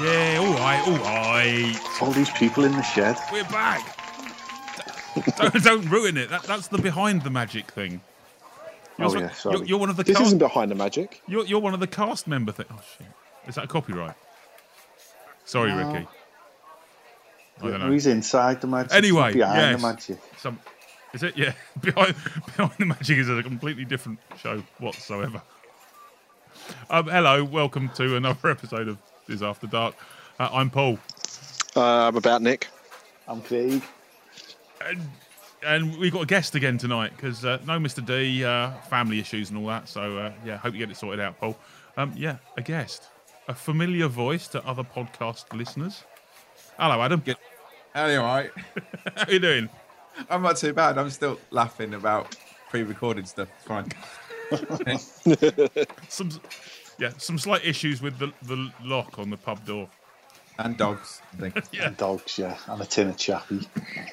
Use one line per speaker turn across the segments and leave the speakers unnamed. Yeah, all right, all right.
All these people in the shed.
We're back. don't, don't ruin it. That, that's the behind the magic thing. You're,
Oh,
so-
yeah, sorry.
you're, you're one of the
This
cast,
isn't behind the magic.
you're, you're one of the cast member thing. Oh shit! Is that a copyright? Sorry,
No.
Ricky. I don't know.
Who's inside the magic?
Anyway,
Who's behind
yes.
the magic.
Some is it? Yeah, behind behind the magic is a completely different show whatsoever. Um, hello, welcome to another episode of Is After Dark. Uh, I'm Paul,
Uh, I'm about Nick.
I'm Craig.
and we've got a guest again tonight because uh, no Mr D, uh, family issues and all that. So uh, yeah, hope you get it sorted out, Paul. Um, yeah, a guest, a familiar voice to other podcast listeners. Hello, Adam.
Anyway,
How you doing?
I'm not too bad. I'm still laughing about pre-recorded stuff. It's fine.
Some yeah, some slight issues with the the lock on the pub door.
And dogs. I think.
Yeah.
Dogs, yeah. And a tin of chappie.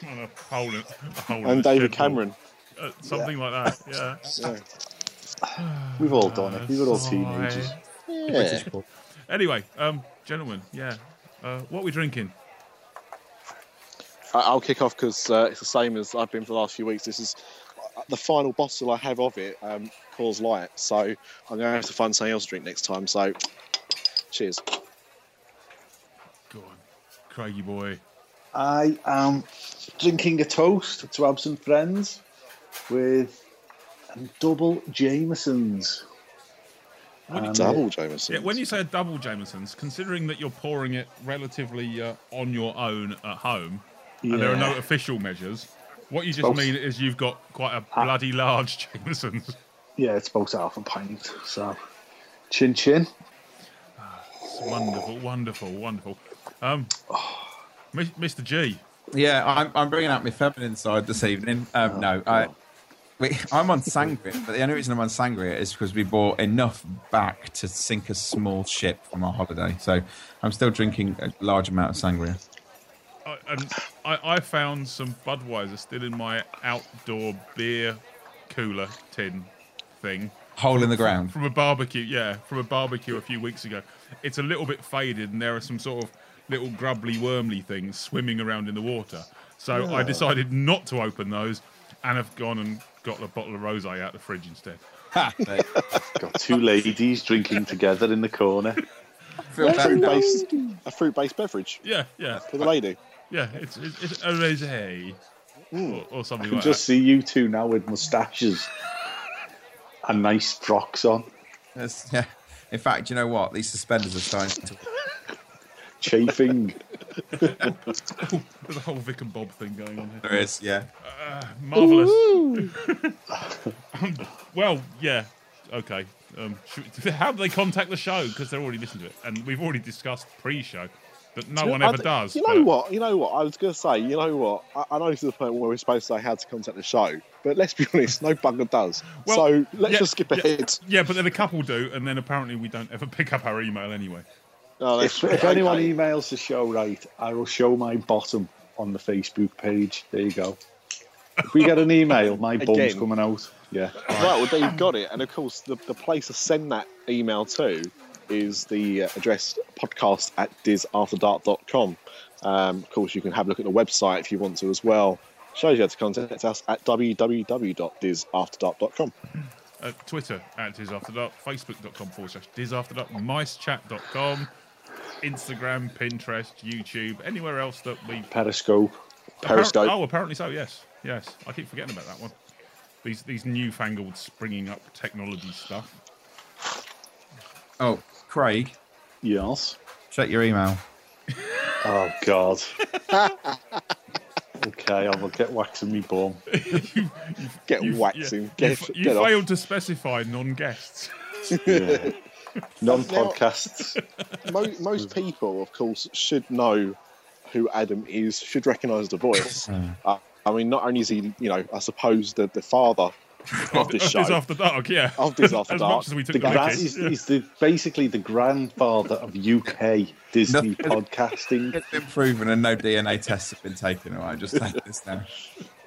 on a hole in, a hole in
And
a
David
shed wall.
Cameron.
Uh, something like that. Yeah.
Yeah.
We've all done it. We were all teenagers.
Sigh. Anyway, um, gentlemen, yeah, uh, what are we drinking?
I- I'll kick off because uh, it's the same as I've been for the last few weeks. This is uh, the final bottle I have of it, um, Coors Light. So I'm going to have to find something else to drink next time. So cheers.
Go on, Craigie boy.
I am drinking a toast to absent friends with a double Jameson's.
What
Um,
Double Jameson.
Yeah, when you say a double Jameson's, considering that you're pouring it relatively uh, on your own at home, and there are no
Yeah.
official measures, what you just
Both.
mean is you've got quite a bloody large Jameson's.
Yeah, it's about half a pint. So, chin chin.
It's wonderful, wonderful, wonderful. Um, Mi- Mr. G,
Yeah, I'm, I'm bringing out my feminine side this evening. Um, no, I, we, I'm on sangria, but the only reason I'm on sangria is because we bought enough back to sink a small ship from our holiday. So I'm still drinking a large amount of sangria.
I, and I, I found some Budweiser still in my outdoor beer cooler tin thing
Hole in the ground.
from a barbecue. Yeah, from a barbecue a few weeks ago. It's a little bit faded, and there are some sort of little grubbly, wormly things swimming around in the water. So I decided not to open those, and have gone and got a bottle of rosé out the fridge instead.
Ha! There you go.
Got two ladies drinking together in the corner.
Feel very bad.
Based, a fruit based beverage
Yeah, yeah,
for the lady.
yeah. It's it's, it's a rosé or, or something like
Just
that.
see you two now with moustaches and nice frocks on,
That's- yeah. In fact, you know what? These suspenders are starting to.
chafing.
There's a whole Vic and Bob thing going on here.
There is, yeah.
Marvelous. Um, well, yeah. Okay. Um, should we- how do they contact the show? Because they're already listening to it, and we've already discussed pre-show that no one
I
ever
th-
does.
You
but-
know what? You know what? I was going to say, you know what? I, I know to the point where we're supposed to say how to contact the show, but let's be honest, no bugger does.
Well,
so let's
yeah,
just skip
yeah.
ahead.
Yeah, but then a couple do, and then apparently we don't ever pick up our email anyway.
Oh, that's
If, if
okay.
anyone emails the show right, I will show my bottom on the Facebook page. There you go. If we get an email, my bum's
Again.
coming out. Yeah.
Right, well, there you've got it. And of course, the, the place to send that email to is the uh, address podcast at disafterdark.com. Um, of course, you can have a look at the website if you want to as well. Shows you how to contact us at www.disafterdark.com.
Uh, Twitter at Diz After Dark, Facebook.com forward slash Diz After Dark, MiceChat.com, Instagram, Pinterest, YouTube, anywhere else that we
Periscope.
Periscope.
Oh, apparently so. Yes, yes. I keep forgetting about that one. These these newfangled springing up technology stuff.
Oh, Craig,
Yes.
check your email.
Oh, God. Okay, I will get waxing me bum.
Get
You-
waxing.
yeah, you,
get
f- you
get off.
failed to specify non-guests.
Yeah. Non podcasts.
Mo- most people, of course, should know who Adam is, should recognise the voice. uh, I mean, not only is he, you know, I suppose the, the father of this
It's
show.
after dark, yeah.
Of This After
as
Dark,
much as we took the,
the grand-
mickey.
He's, he's the, basically the grandfather of UK Disney
No.
podcasting.
It's been proven and no DNA tests have been taken. All right, just take this now.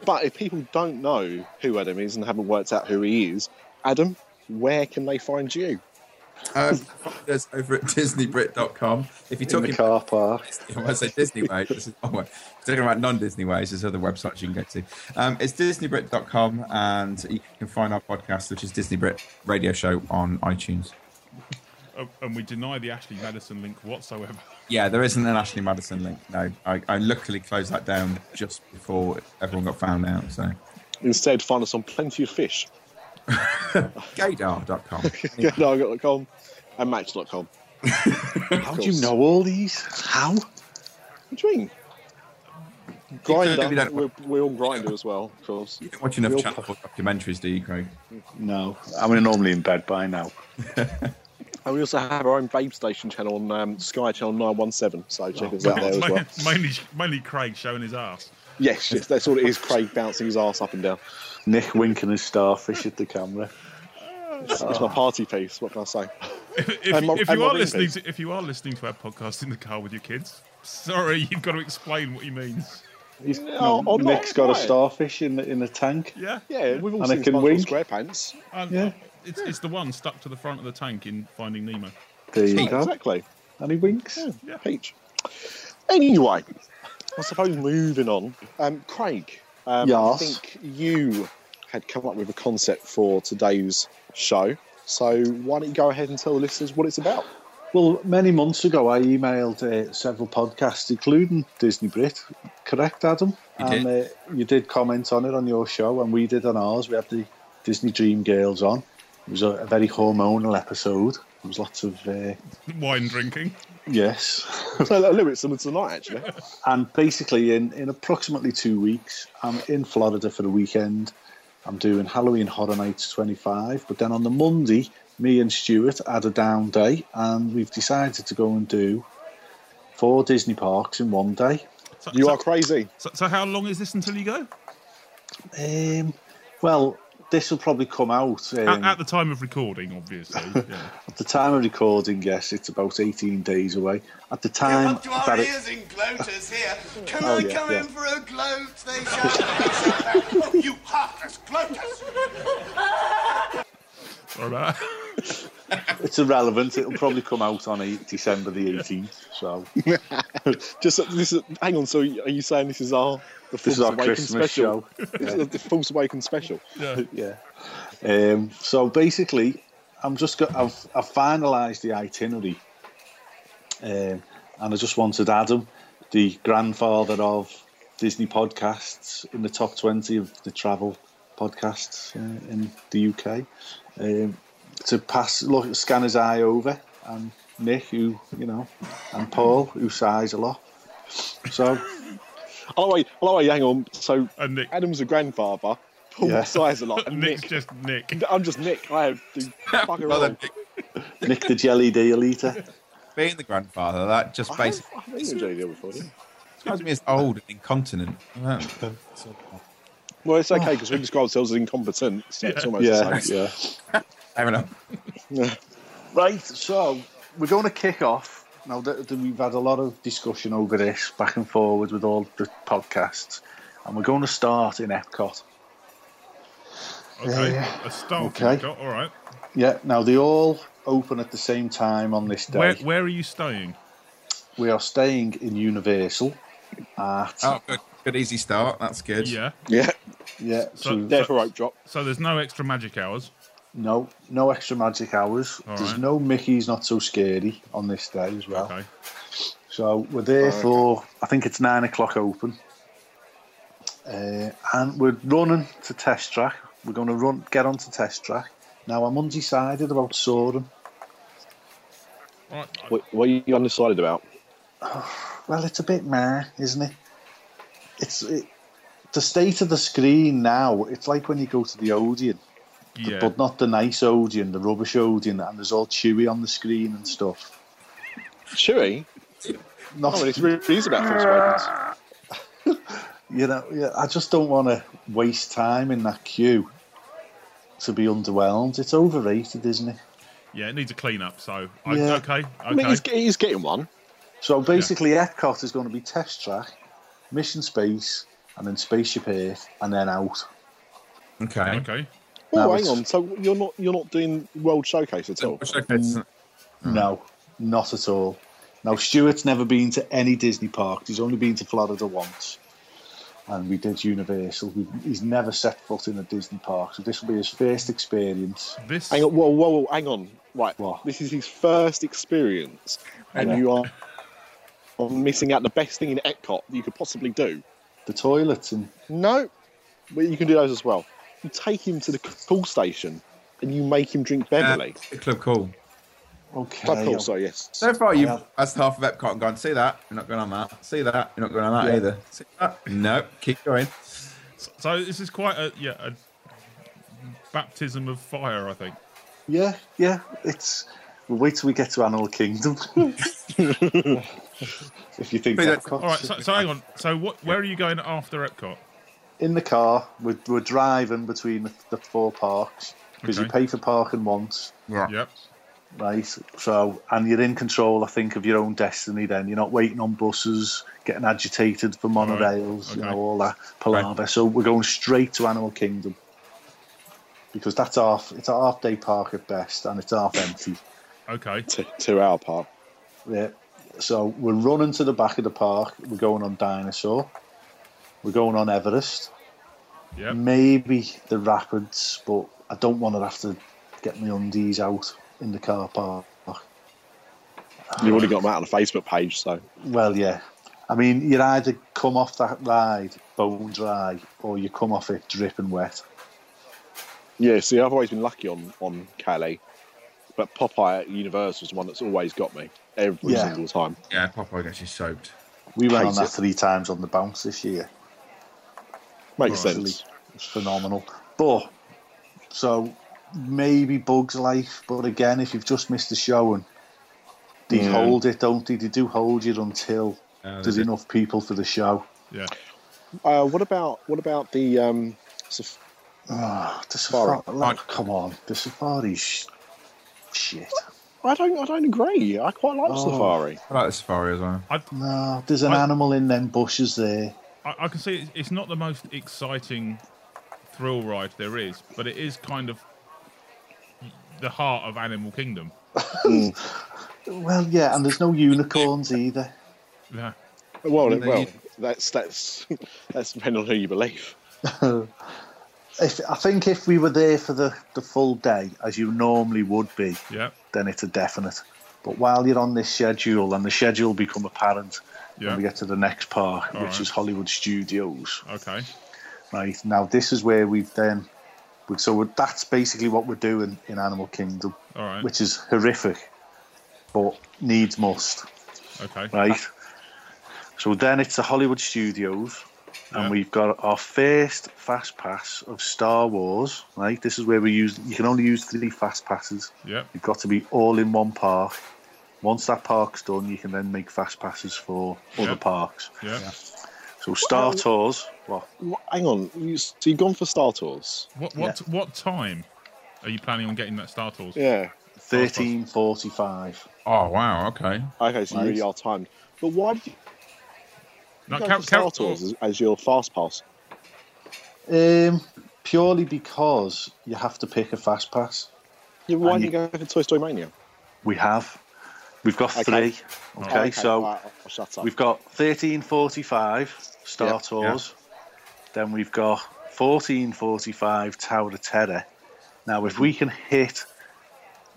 But if people don't know who Adam is and haven't worked out who he is, Adam, where can they find you?
Um, find us over at DisneyBrit.com. If you're
In the
talking
car park.
Yeah, when I say Disney ways, this is oh, one way. We're talking about non Disney ways, there's other websites you can go to. Um, it's DisneyBrit.com, and you can find our podcast, which is Disney Brit Radio Show on iTunes.
Um,
Oh, and we deny the Ashley Madison link whatsoever.
Yeah, there isn't an Ashley Madison link. No, I, I luckily closed that down just before everyone got found out. So,
Instead, find us on Plenty of Fish,
Gaydar.com.
Gadog.com and Match.com.
How do you know all these? How?
What do you mean?
Maybe
Grinder.
don't-
We're, we're on Grinder as well, of course.
You don't watch enough
Real-
Channel 4 documentaries, do you, Craig?
No. I'm normally in bed by now.
And we also have our own Babe Station channel on um, Sky Channel 917, so check us out there as well.
mainly, mainly Craig showing his ass.
Yes, yes, that's all it is. Craig bouncing his ass up and down.
Nick winking his starfish at the camera.
It's my party piece. What can I say?
If,
And my-
if you
and my
are
ring
listening,
piece.
to, if you are listening to our podcast in the car with your kids, sorry, you've got to explain what he means.
He's,
No,
no,
I'm not,
Nick's got a
right.
starfish in the, in the tank.
Yeah,
Yeah, we've all
And I
seen
can
SpongeBob
wink.
SquarePants.
And
Yeah.
It's, it's the one stuck to the front of the tank in Finding Nemo.
There you go.
Exactly.
And he winks.
Yeah.
Peach. Anyway, I suppose moving on. Um, Craig, um, I
Yes.
think you had come up with a concept for today's show. So why don't you go ahead and tell the listeners what it's about?
Well, many months ago, I emailed uh, several podcasts, including Disney Brit. Correct, Adam?
You
and Uh, you did comment on it on your show, and we did on ours. We had the Disney Dream Girls on. It was a, a very hormonal episode. There was lots of uh,
Wine drinking.
yes,
So a little bit similar to tonight, actually.
and basically, in in approximately two weeks, I'm in Florida for the weekend. I'm doing Halloween Horror Nights 25, but then on the Monday, me and Stuart had a down day, and we've decided to go and do four Disney parks in one day.
So,
You
so-
are crazy.
So, so how long is this until you go?
Um, well, this will probably come out um,
At, at the time of recording, obviously. Yeah.
at the time of recording. Yes, it's about 18 days away. At the time
Up to our
that it-
ears in gloaters here. Can
Oh,
I
yeah,
come
yeah.
in for a gloat? They shout. oh, you heartless gloaters!
Sorry about that.
it's irrelevant, it'll probably come out on 8, December the 18th. So
Just this is, hang on. So are you saying this is our the
this
Force
is our
Awakens
Christmas
special?
show.
This is the Force Awakens special.
Yeah.
yeah. Um, so basically, I'm just got, I've, I've finalised the itinerary, um, and I just wanted Adam, the grandfather of Disney podcasts, in the top twenty of the travel podcasts uh, in the UK, um, to pass look scan his eye over, and Nick, who you know, and Paul, who sighs a lot. So
Oh wait, oh wait, hang on. So
And Nick.
Adam's a grandfather. Paul
Yeah.
sighs a lot. And
Nick's
Nick,
just Nick.
I'm just Nick. I have the fucker
Well,
all.
then,
Nick, the jelly deal eater.
being the grandfather, that just
I have,
basically
Oh, I haven't even done it before. yeah.
describes me as old and incontinent. I don't know.
Well, it's okay because we describe ourselves as incompetent. So it's almost
Yeah,
the same.
yeah.
Fair enough.
Right, so we're going to kick off. Now that that we've had a lot of discussion over this back and forward with all the podcasts, and we're going to start in Epcot.
Okay.
yeah.
A star.
Okay.
Okay. All right.
Yeah, now they all open at the same time on this day.
Where, where are you staying?
We are staying in Universal at
Oh, good. Good, easy start. That's good.
Yeah.
Yeah,
yeah,
So-
so
there for rope drop.
So there's no extra magic hours.
no no extra magic hours.
All
There's
right.
no Mickey's not so scary on this day as
Oh.
well.
Okay.
So we're there for I think it's nine o'clock open, uh, and we're running to test track. We're going to run get onto test track. Now I'm undecided about Soren.
All right.
What, what are you undecided about?
Well, it's a bit meh, isn't it? It's it, the state of the screen now, it's like when you go to the Odeon,
Yeah.
but not the nice Odeon, the rubbish Odeon, and there's all Chewy on the screen and stuff.
Chewy.
Not,
Oh, well, it's really pleased about Volkswagens.
you know, yeah, I just don't want to waste time in that queue to be underwhelmed. It's overrated, isn't it?
yeah, it needs a clean up. So I,
Yeah.
okay, okay.
I mean, he's, he's getting one.
So basically, Epcot is going to be Test Track, Mission Space, and then Spaceship Earth, and then out.
Okay.
okay.
No,
Oh, hang
it's-
on. So you're not you're not doing World Showcase at all.
Which I guess isn't-
No, not at all. Now, Stuart's never been to any Disney park. He's only been to Florida once. And we did Universal. We, he's never set foot in a Disney park. So this will be his first experience.
This
Hang on. Whoa, whoa, whoa. Hang on. Right.
What?
This is his first experience, and
Yeah.
you are are missing out the best thing in Epcot that you could possibly do.
The toilets and
No, but you can do those as well. You take him to the call station, and you make him drink Beverly.
Uh, Club Cool.
okay.
Club call, sorry, yes.
So far, you've
Yeah.
that's half of Epcot and gone, see that? You're not going on that. See that? You're not going on that
Yeah.
either. See that? No, keep going.
So this is quite a yeah a baptism of fire, I think.
Yeah, yeah. It's we'll wait till we get to Animal Kingdom. if you think
Wait, that's-
Epcot,
All right, so, so hang on. So what? Where are you going after Epcot?
in the car, we're, we're driving between the, the four parks because you
Okay.
pay for parking once,
Yeah.
Yep.
right? So, and you're in control, I think, of your own destiny. Then you're not waiting on buses, getting agitated for monorails, you
okay.
know, all that palaver. So we're going straight to Animal Kingdom because that's half. It's a half day park at best, and it's half empty.
Okay.
T- two hour part.
Yeah. So we're running to the back of the park. We're going on Dinosaur. We're going on Everest.
Yep.
Maybe the Rapids, but I don't want to have to get my undies out in the car park.
You've already got them out on the Facebook page, so
Well, yeah. I mean, you'd either come off that ride bone dry or you come off it dripping wet.
yeah. See, I've always been lucky on on Cali, but Popeye at Universal is the one that's always got me every
Yeah.
single time.
Yeah, Popeye gets you soaked.
We went on
Hate
that
it.
three times on the bounce this year.
Makes
Right.
sense.
It's phenomenal. But so maybe Bugs Life, but again, if you've just missed the show and they
Yeah.
hold it, don't they? They do hold you until
Uh,
there's
they do.
enough people for the show.
Yeah.
Uh, what about what about the um, saf-
Oh, the safari!
Right.
Come on, the safari's shit.
I don't I don't agree. I quite like
Oh.
Safari.
I like the safari as well.
I,
No, there's an
I-
animal in them bushes there.
I, I can see it's- it's not the most exciting thrill ride there is, but it is kind of the heart of Animal Kingdom.
Well, yeah, and there's no unicorns either.
Yeah.
Well,
And they-
well, that's that's that's depending on who you believe.
If I think if we were there for the, the full day, as you normally would be,
Yeah.
then it's a definite. But while you're on this schedule, and the schedule become apparent
Yeah.
when we get to the next park, which
right.
is Hollywood Studios.
Okay.
Right now, this is where we've then. we- So we- that's basically what we're doing in Animal Kingdom,
All right.
which is horrific, but needs must.
Okay.
Right. So then it's the Hollywood Studios, and
Yeah.
we've got our first fast pass of Star Wars. Right. This is where we use. You can only use three fast passes.
Yep.
You've got to be all in one park. Once that park's done, you can then make fast passes for
Yeah.
other parks.
Yeah.
So Star Tours, well,
Wha- Hang on, you, so you've gone for Star Tours?
What what what time are you planning on getting that Star Tours?
Yeah.
thirteen forty-five.
Oh, wow. Okay.
Okay, so you
Right.
really are timed. But why did you
No,
go
count-
for Star
count-
Tours as, as your fast pass?
Um, purely because you have to pick a fast pass.
Yeah, why
And
didn't you go for Toy Story Mania?
We have, we've got
Okay.
three. Okay,
Oh,
so
alright, I'll- I'll shut up.
we've got thirteen forty-five Star
Yeah,
Tours. Then we've got fourteen forty-five Tower of Terror. Now, if we can hit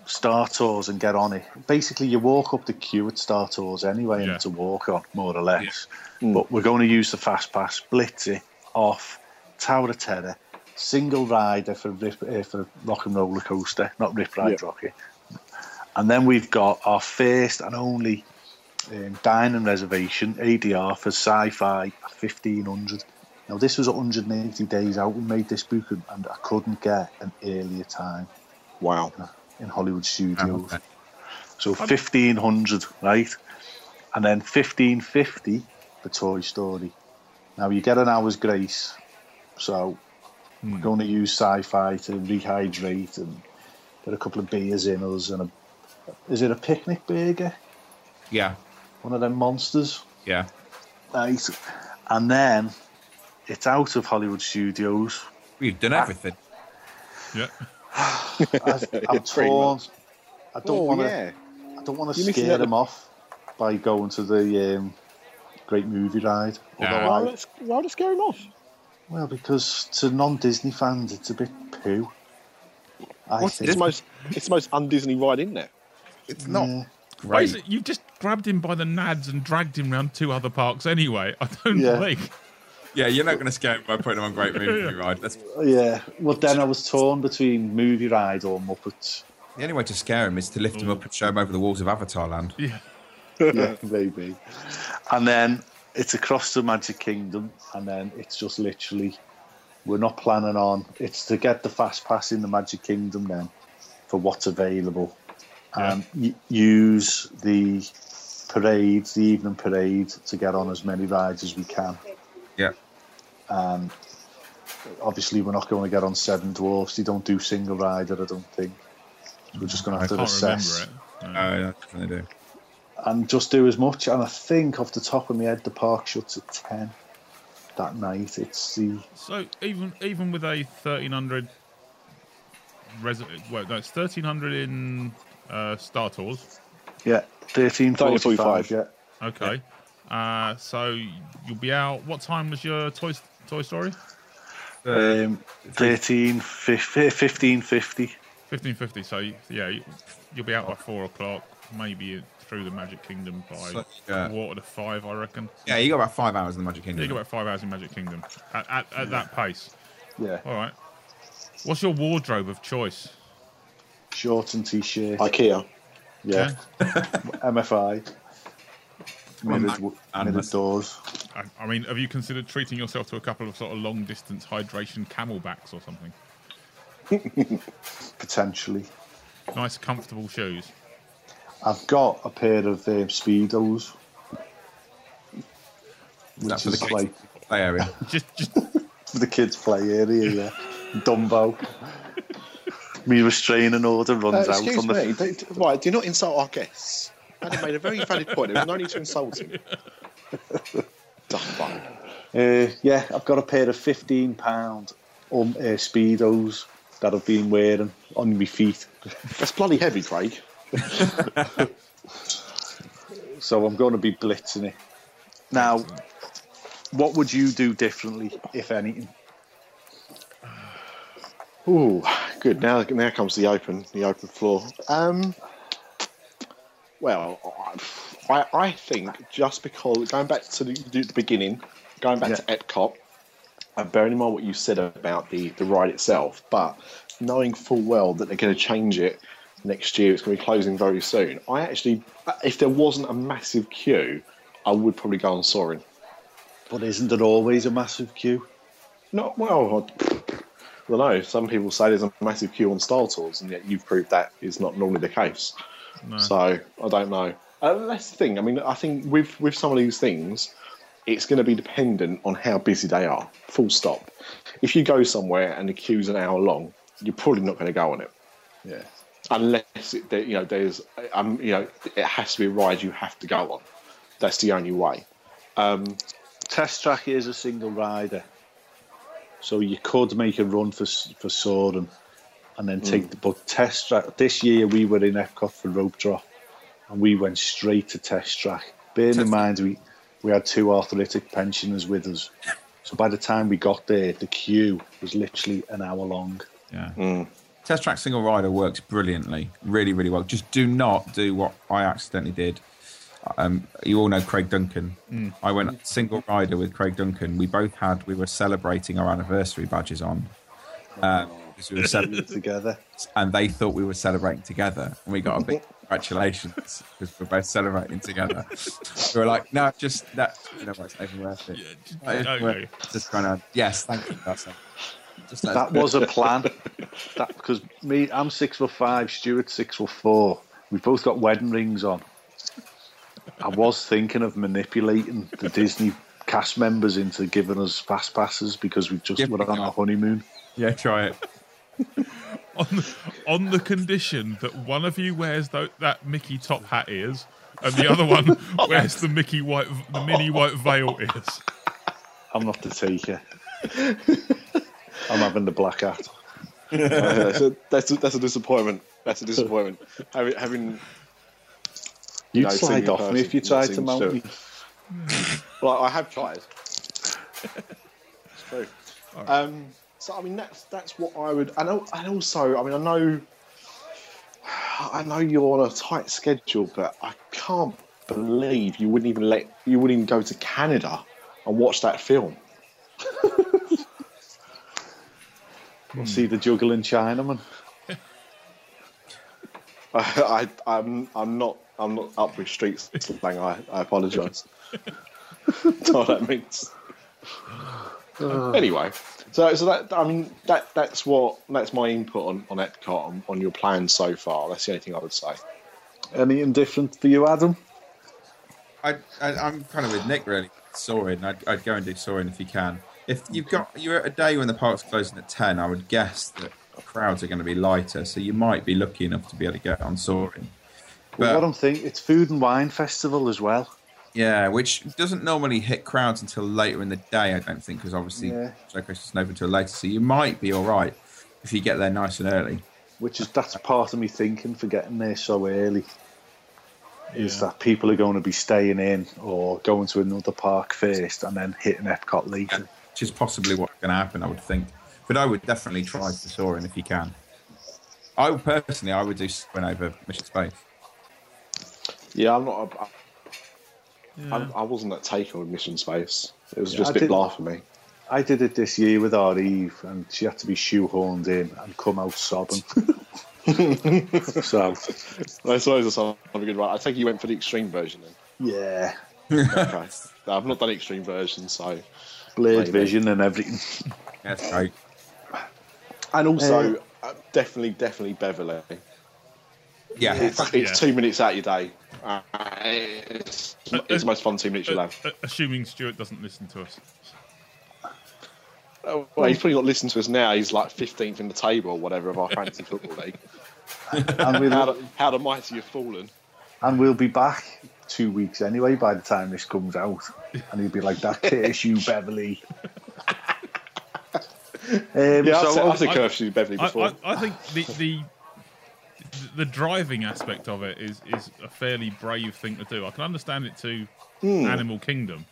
Star Tours and get on it, basically you walk up the queue at Star Tours anyway,
Yeah.
and to walk on more or less. But we're going to use the fast pass, blitz it off Tower of Terror, single rider for rip, uh, for Rock and Roller Coaster, not Rip Ride
Yeah.
Rocket. And then we've got our first and only um, dining reservation ADR for Sci-Fi fifteen hundred. Now, this was 180 days out. We made this book, and, and I couldn't get an earlier time
Wow.
in Hollywood
Oh,
studios.
okay.
So 1500, right? And then 1550 for Toy Story. Now, you get an hour's grace. So we're going to use sci fi to rehydrate and get a couple of beers in us. And a, is it a picnic burger?
Yeah,
One of them monsters?
yeah.
Right. And then it's out of Hollywood Studios.
We've done
Ah.
everything.
Yeah.
I, I'm
Pretty
torn. I don't
oh,
want to.
yeah.
I don't want to
You're missing
scare
out the-
them off by going to the um, Great Movie Ride.
Nah.
Although
Why
I,
let's, well, let's go off.
well, because to non-Disney fans, it's a bit poo. I
What's
think.
It's the most, it's the most un-Disney ride in there.
It's not
Mm.
Yeah.
Why
great.
is it you just grabbed him by the nads and dragged him round two other parks anyway? I don't
Yeah.
think.
Yeah, you're not going to scare him by putting him on Great Movie Ride. That's
Yeah. Well, then I was torn between Movie Ride or Muppets.
the only way to scare him is to lift him up and show him over the walls of Avatar Land.
Yeah.
yeah, maybe. And then it's across the Magic Kingdom, and then it's just literally we're not planning on. It's to get the fast pass in the Magic Kingdom then for what's available, and y- use the parade, the evening parade, to get on as many rides as we can.
Yeah,
Obviously, we're not going to get on Seven Dwarfs. They don't do single rider, I don't think. So we're just going to
I
have to
can't
assess.
remember it.
oh, yeah, definitely do.
and just do as much. And I think off the top of my head, the park shuts at ten that night. It's the
So even even with a thirteen hundred, res- well, no, it's thirteen hundred in uh, Star Tours.
yeah thirteen forty-five.
13:45.
Yeah,
Okay, uh, so you'll be out. What time was your Toy Toy Story?
Uh,
um, 13, 1550.
Fifteen fifty. So you- yeah, you- you'll be out by four o'clock. Maybe through the Magic Kingdom by
So, yeah.
quarter to five, I reckon.
Yeah, you got about five hours in the Magic Kingdom.
You got about five hours in Magic Kingdom at, at, at that pace.
Yeah,
All right. What's your wardrobe of choice?
shorts and t-shirt.
IKEA.
yeah, MFI. Mirrored,
Mac-
w-
and
mirrored
that's-
doors.
I, I mean, have you considered treating yourself to a couple of sort of long distance hydration camelbacks or something?
Potentially,
Nice, comfortable shoes.
I've got a pair of um, speedos. Which
That's for the
is
kids.
like
Play area.
Just, just
for the kids' play area, yeah. Dumbo. Me restraining order runs out
Uh, excuse
on the.
me. do- do- right, do not insult our guests. Adam made a very valid point. There's no need to insult him. Dumbo.
Uh, yeah, I've got a pair of fifteen pound um, uh, speedos that I've been wearing on my feet,
That's bloody heavy, Craig.
so I'm going to be blitzing it. Now, what would you do differently, if anything?
Ooh, good. Now, now comes the open, the open floor. Um, well, I, I think just because going back to the, the beginning, going back to Epcot, and bearing in mind what you said about the the ride itself, but knowing full well that they're going to change it next year, it's going to be closing very soon. I actually, if there wasn't a massive queue, I would probably go on soaring.
But isn't there always a massive queue?
No, well, I don't know. Some people say there's a massive queue on Star Tours, and yet you've proved that is not normally the case.
no.
So I don't know. Uh, that's the thing. I mean, I think with with some of these things, it's going to be dependent on how busy they are. Full stop. If you go somewhere and the queue's an hour long, you're probably not going to go on it
Yeah.
unless it, there- you know there's um, you know it has to be a ride you have to go on. That's the only way.
Test track is a single rider, so you could make a run for s- for Soren, and then take the but test track. This year we were in Epcot for rope drop, and we went straight to test track. Bearing in
Test-
mind we we had two arthritic pensioners with us, so by the time we got there, the queue was literally an hour long.
Yeah. Test track single rider works brilliantly, really, really well. Just do not do what I accidentally did. Um, you all know Craig Duncan. I went single rider with Craig Duncan. We both had we were celebrating our anniversary badges on, uh, because we were celebrating,
together.
and they thought we were celebrating together, and we got a bit congratulations because we're both celebrating together. we were like, no, just that. You know, it's even worth it. Not even
okay.
worth it. Just kind of yes, thank you. That's it. Just that's
That
good.
was a plan. that because me, I'm six foot five. Stuart's six foot four. We've both got wedding rings on. I was thinking of manipulating the Disney cast members into giving us fast passes because we just
Give
were
me
on
one.
our honeymoon.
yeah. Try it.
on the, on the condition that one of you wears tho- that Mickey top hat ears and the other one wears the Mickey white the mini white veil ears.
I'm not the taker. I'm having the black hat.
that's, a, that's, a, that's a disappointment. That's a disappointment. having, having
You'd
No, it's
slide
in
off
person,
me if you
not
tried to
in
mount
Stuart.
me.
Well, I have tried. it's true. Um, so I mean, that's that's what I would. And, al- and also, I mean, I know, I know you're on a tight schedule, but I can't believe you wouldn't even let you wouldn't even go to Canada and watch that film.
Hmm. See the juggling Chinaman.
I, I I'm I'm not I'm not up with streets slang. I I apologise. That's all that means. anyway, so so that I mean that that's what that's my input on on Epcot on, on your plan so far. That's the only thing I would say.
Anything different for you, Adam?
I, I, I'm kind of with Nick really. Soaring, I'd, I'd go and do soaring if you can. If you've got you're at a day when the park's closing at ten, I would guess that crowds are going to be lighter, so you might be lucky enough to be able to get on soaring.
Well,
But-
what I'm thinking, it's Food and Wine Festival as well.
Yeah, which doesn't normally hit crowds until later in the day, I don't think, because obviously
Yeah.
showcase isn't open until later. So you might be all right if you get there nice and early.
which is that's part of me thinking for getting there so early is that people are going to be staying in or going to another park first and then hitting Epcot later.
Which is possibly what's going to happen, I would think. But I would definitely try for soaring if you can. I would personally, I would do soaring over Mission Space.
Yeah, I'm not. I, I,
Yeah.
I wasn't that taken with Mission Space. It was just
I
a bit
didn't-
blah for me.
I did it this year with our Eve, and she had to be shoehorned in and come out sobbing. so
I suppose that's not a good right. I think you went for the extreme version then.
yeah,
Okay, no, I've not done the extreme version, so
blurred
Maybe.
vision and everything.
That's great.
and also
Uh,
uh, definitely definitely Beverly.
Yeah.
It's, it's
Yeah.
two minutes out of your day. Uh, it's, it's the most fun two minutes you'll have.
A- a- Assuming Stuart doesn't listen to us.
Uh, Well, he's probably not listening to us now. He's like 15th in the table or whatever of our fantasy football league.
And
How
we'll,
the, how the mighty have fallen.
and we'll be back two weeks anyway by the time this comes out, and he'll be like, "That curse you, Beverly." Um,
Yeah, I've
so
said, I've said
I-
curfew to Beverly
I,
before.
I, I think the, the the driving aspect of it is is a fairly brave thing to do. I can understand it to
Hmm.
Animal Kingdom,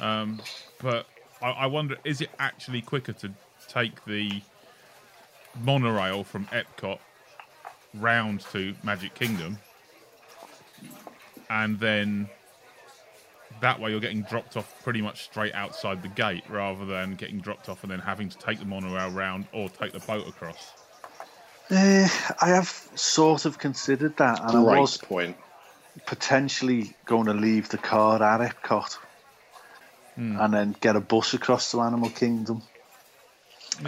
um, but I, I wonder is it actually quicker to take the monorail from Epcot round to Magic Kingdom, and then that way you're getting dropped off pretty much straight outside the gate rather than getting dropped off and then having to take the monorail round or take the boat across.
Uh, I have sort of considered that, and I
Great
was
point.
potentially going to leave the car at Epcot and then get a bus across to Animal Kingdom,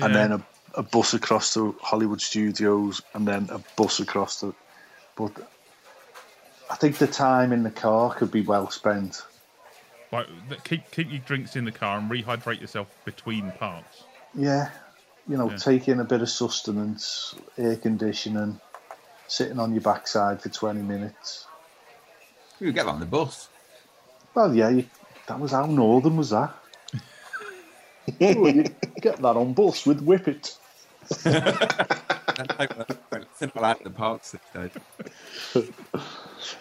and then a, a bus across to Hollywood Studios, and then a bus across to. But I think the time in the car could be well spent.
Like, th- keep keep your drinks in the car and rehydrate yourself between parts.
Yeah, you know, taking a bit of sustenance, air conditioning, sitting on your backside for twenty minutes.
We would get on the bus.
Well, yeah, you, that was how northern was that? oh, you get that on bus with Whippet.
I think I'll add the parks this day.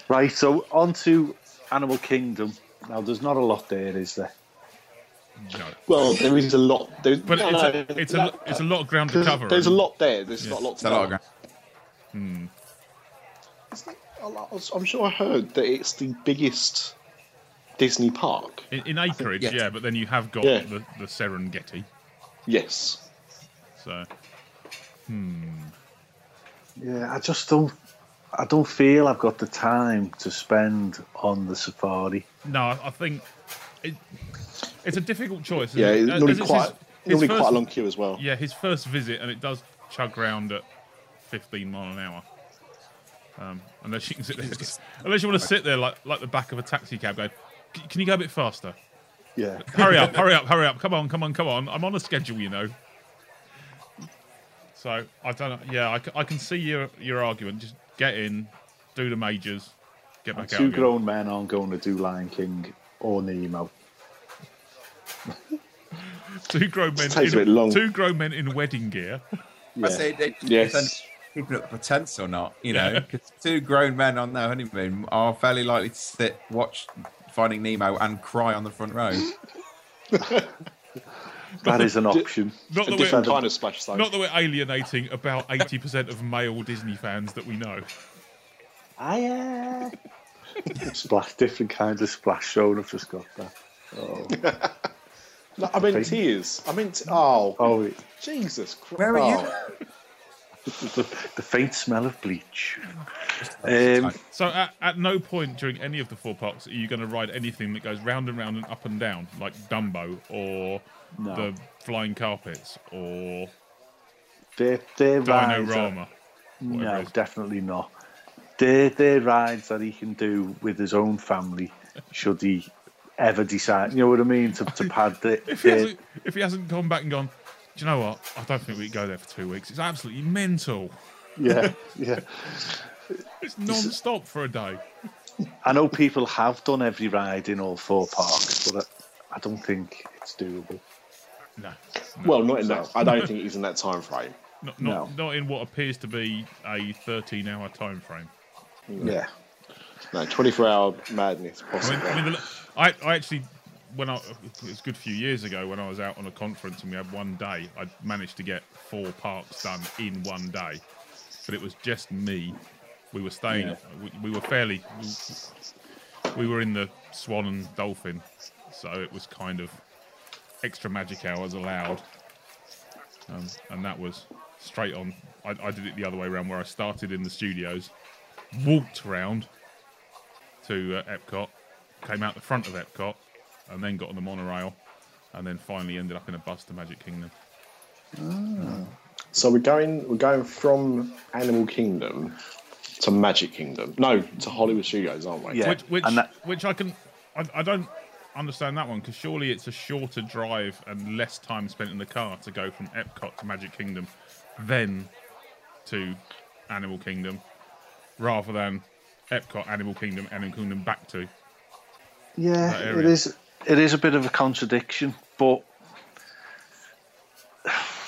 Right, so on to Animal Kingdom. Now, there's not a lot there, is there?
No.
Well, there is a lot. There,
But
no,
it's,
no,
a, it's, a,
no,
lo- it's a lot of ground to cover.
There's a
and-
lot there. There's not a lot
It's
to
a lot of
cover.
ground.
It's- I'm sure I heard that it's the biggest Disney park.
In, in acreage,
yeah.
yeah, but then you have got
Yeah.
the, the Serengeti.
Yes.
So
Yeah, I just don't. I don't feel I've got the time to spend on the safari.
No, I I think it, it's a difficult choice. isn't
Yeah,
it?
it's
As-
normally
as it's
quite normally
first,
quite a long queue as well.
Yeah, his first visit, and it does chug round at 15 mile an hour. Um, unless you can sit there, unless you want to sit there like like the back of a taxi cab, going, "C- "Can you go a bit faster?
Yeah,
Hurry up! Hurry up! Hurry up! Come on! Come on! Come on! I'm on a schedule, you know." So I don't. know. Yeah, I, c- I can see your your argument. Just get in, do the majors, get back out.
Two
again.
grown men aren't going to do Lion King or Nemo.
two grown men.
takes
in,
a bit long.
Two grown men in wedding gear.
I say they,
Yes.
yes. keeping up the pretense or not, you know, 'cause two grown men on their honeymoon are fairly likely to sit, watch Finding Nemo, and cry on the front row.
Mm-hmm. That is an option.
Not
a
that
different
we're
kind of splash zone.
not that we're alienating about eighty percent of male Disney fans that we know.
Hiya. splash, different kind of splash zone. I've just got that. Oh,
No, I meant tears. I meant oh,
oh it-
Jesus Christ! Oh.
Where are you?
the, the faint smell of bleach. Um,
So at, at no point during any of the four parks are you going to ride anything that goes round and round and up and down like Dumbo or
No.
the flying carpets or
their, their rides are-
Dinorama. whatever
No,
it is.
definitely not. They're, they're rides that he can do with his own family should he ever decide, you know what I mean, to, to pad the,
If he,
the,
hasn't, if he hasn't come back and gone, do you know what? I don't think we could go there for two weeks. It's absolutely mental.
yeah, yeah.
It's non-stop for a day.
I know people have done every ride in all four parks, but I, I don't think it's doable.
No,
Well, not in that. I don't think he's in that time frame.
not, not, not in what appears to be a 13-hour time frame.
Yeah.
No, twenty-four hour madness
I
possible.
mean, I, mean, the- I, I actually, when I, it was a good few years ago when I was out on a conference and we had one day, I managed to get four parks done in one day, but it was just me. We were staying, we, we were fairly, we were in the Swan and Dolphin, so it was kind of extra magic hours allowed. Um, and that was straight on. I, I did it the other way around where I started in the studios, walked round to uh, Epcot, came out the front of Epcot, and then got on the monorail, and then finally ended up in a bus to Magic Kingdom.
So we're going we're going from Animal Kingdom to Magic Kingdom. No, to Hollywood Studios, aren't we?
Yeah.
Which, which,
and that-
which I can, I, I don't understand that one because surely it's a shorter drive and less time spent in the car to go from Epcot to Magic Kingdom, then to Animal Kingdom, rather than Epcot, Animal Kingdom, Animal Kingdom back to. that
Yeah, it
area.
is. It is a bit of a contradiction, but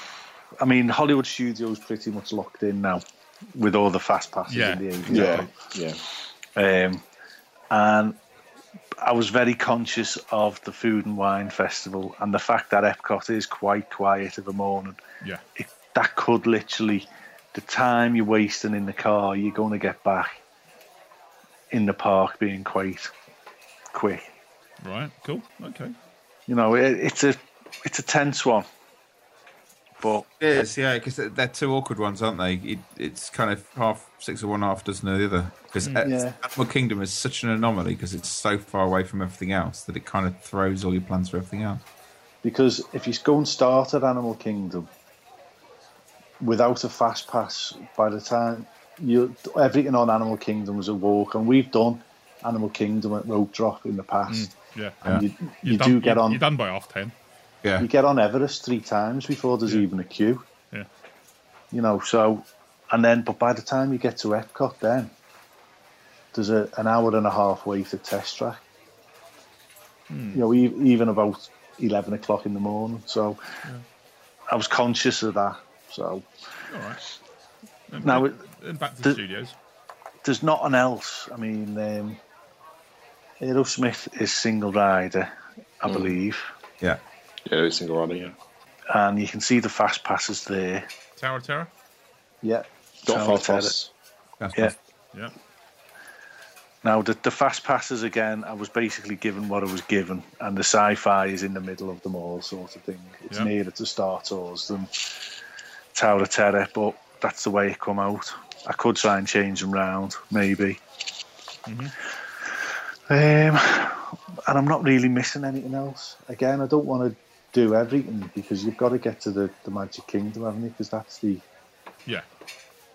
I mean, Hollywood Studios pretty much locked in now with all the fast passes
Yeah,
in the eighties.
Yeah. Yeah.
Um, and I was very conscious of the Food and Wine Festival and the fact that Epcot is quite quiet of a morning.
Yeah,
It, that could literally, the time you're wasting in the car, you're going to get back in the park being quite quick.
right, cool, okay.
You know, it, it's a it's a tense one, but
It is, yeah, because they're two awkward ones, aren't they? It, it's kind of half six of one, half dozen of the other. Because
Mm. yeah.
Animal Kingdom is such an anomaly because it's so far away from everything else that it kind of throws all your plans for everything else.
because if you go and start at Animal Kingdom without a fast pass, by the time you everything on Animal Kingdom is a walk, and we've done Animal Kingdom at Road Drop in the past.
Mm. Yeah,
And you, you
You're done-
do get
you're-
on
You're done by half ten.
Yeah,
you get on Everest three times before there's even a queue.
Yeah.
You know, so and then but by the time you get to Epcot then there's a, an hour and a half wait at test track. You know, e- even about eleven o'clock in the morning. So I was conscious of that. So
All right. And
Now,
back, and back to the
the-
studios.
there's not an else. I mean, um, Aerosmith is single rider, I believe,
yeah.
Yeah, every single rider, yeah.
and you can see the fast passes there.
Tower of Terror.
Yeah,
Got
Tower
Far
of Terror.
Foss.
That's
Yeah.
nice.
Yeah.
Now the, the fast passes again. I was basically given what I was given, and the sci-fi is in the middle of them all, sort of thing. It's
Yeah.
nearer to Star Tours than Tower of Terror, but that's the way it come out. I could try and change them round, maybe. Um, and I'm not really missing anything else. Again, I don't want to do everything because you've got to get to the, the Magic Kingdom, haven't you? Because that's the,
Yeah.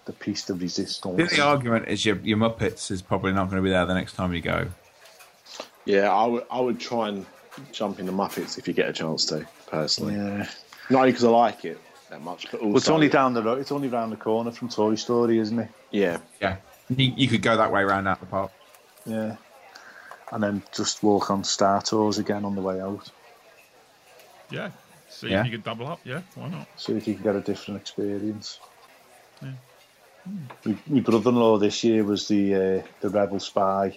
the piece to resistance.
The only argument is your, your Muppets is probably not going to be there the next time you go.
Yeah, I would I would try and jump in the Muppets if you get a chance to, personally.
Yeah.
Not only because I like it that much, but also
Well, it's only down the road. It's only round the corner from Toy Story, isn't it?
Yeah,
Yeah. You, you could go that way around out the park.
Yeah. And then just walk on Star Tours again on the way out.
Yeah. See
Yeah.
if you could double up. Yeah. Why not?
See if you can get a different experience. My, my brother-in-law this year was the uh, the rebel spy,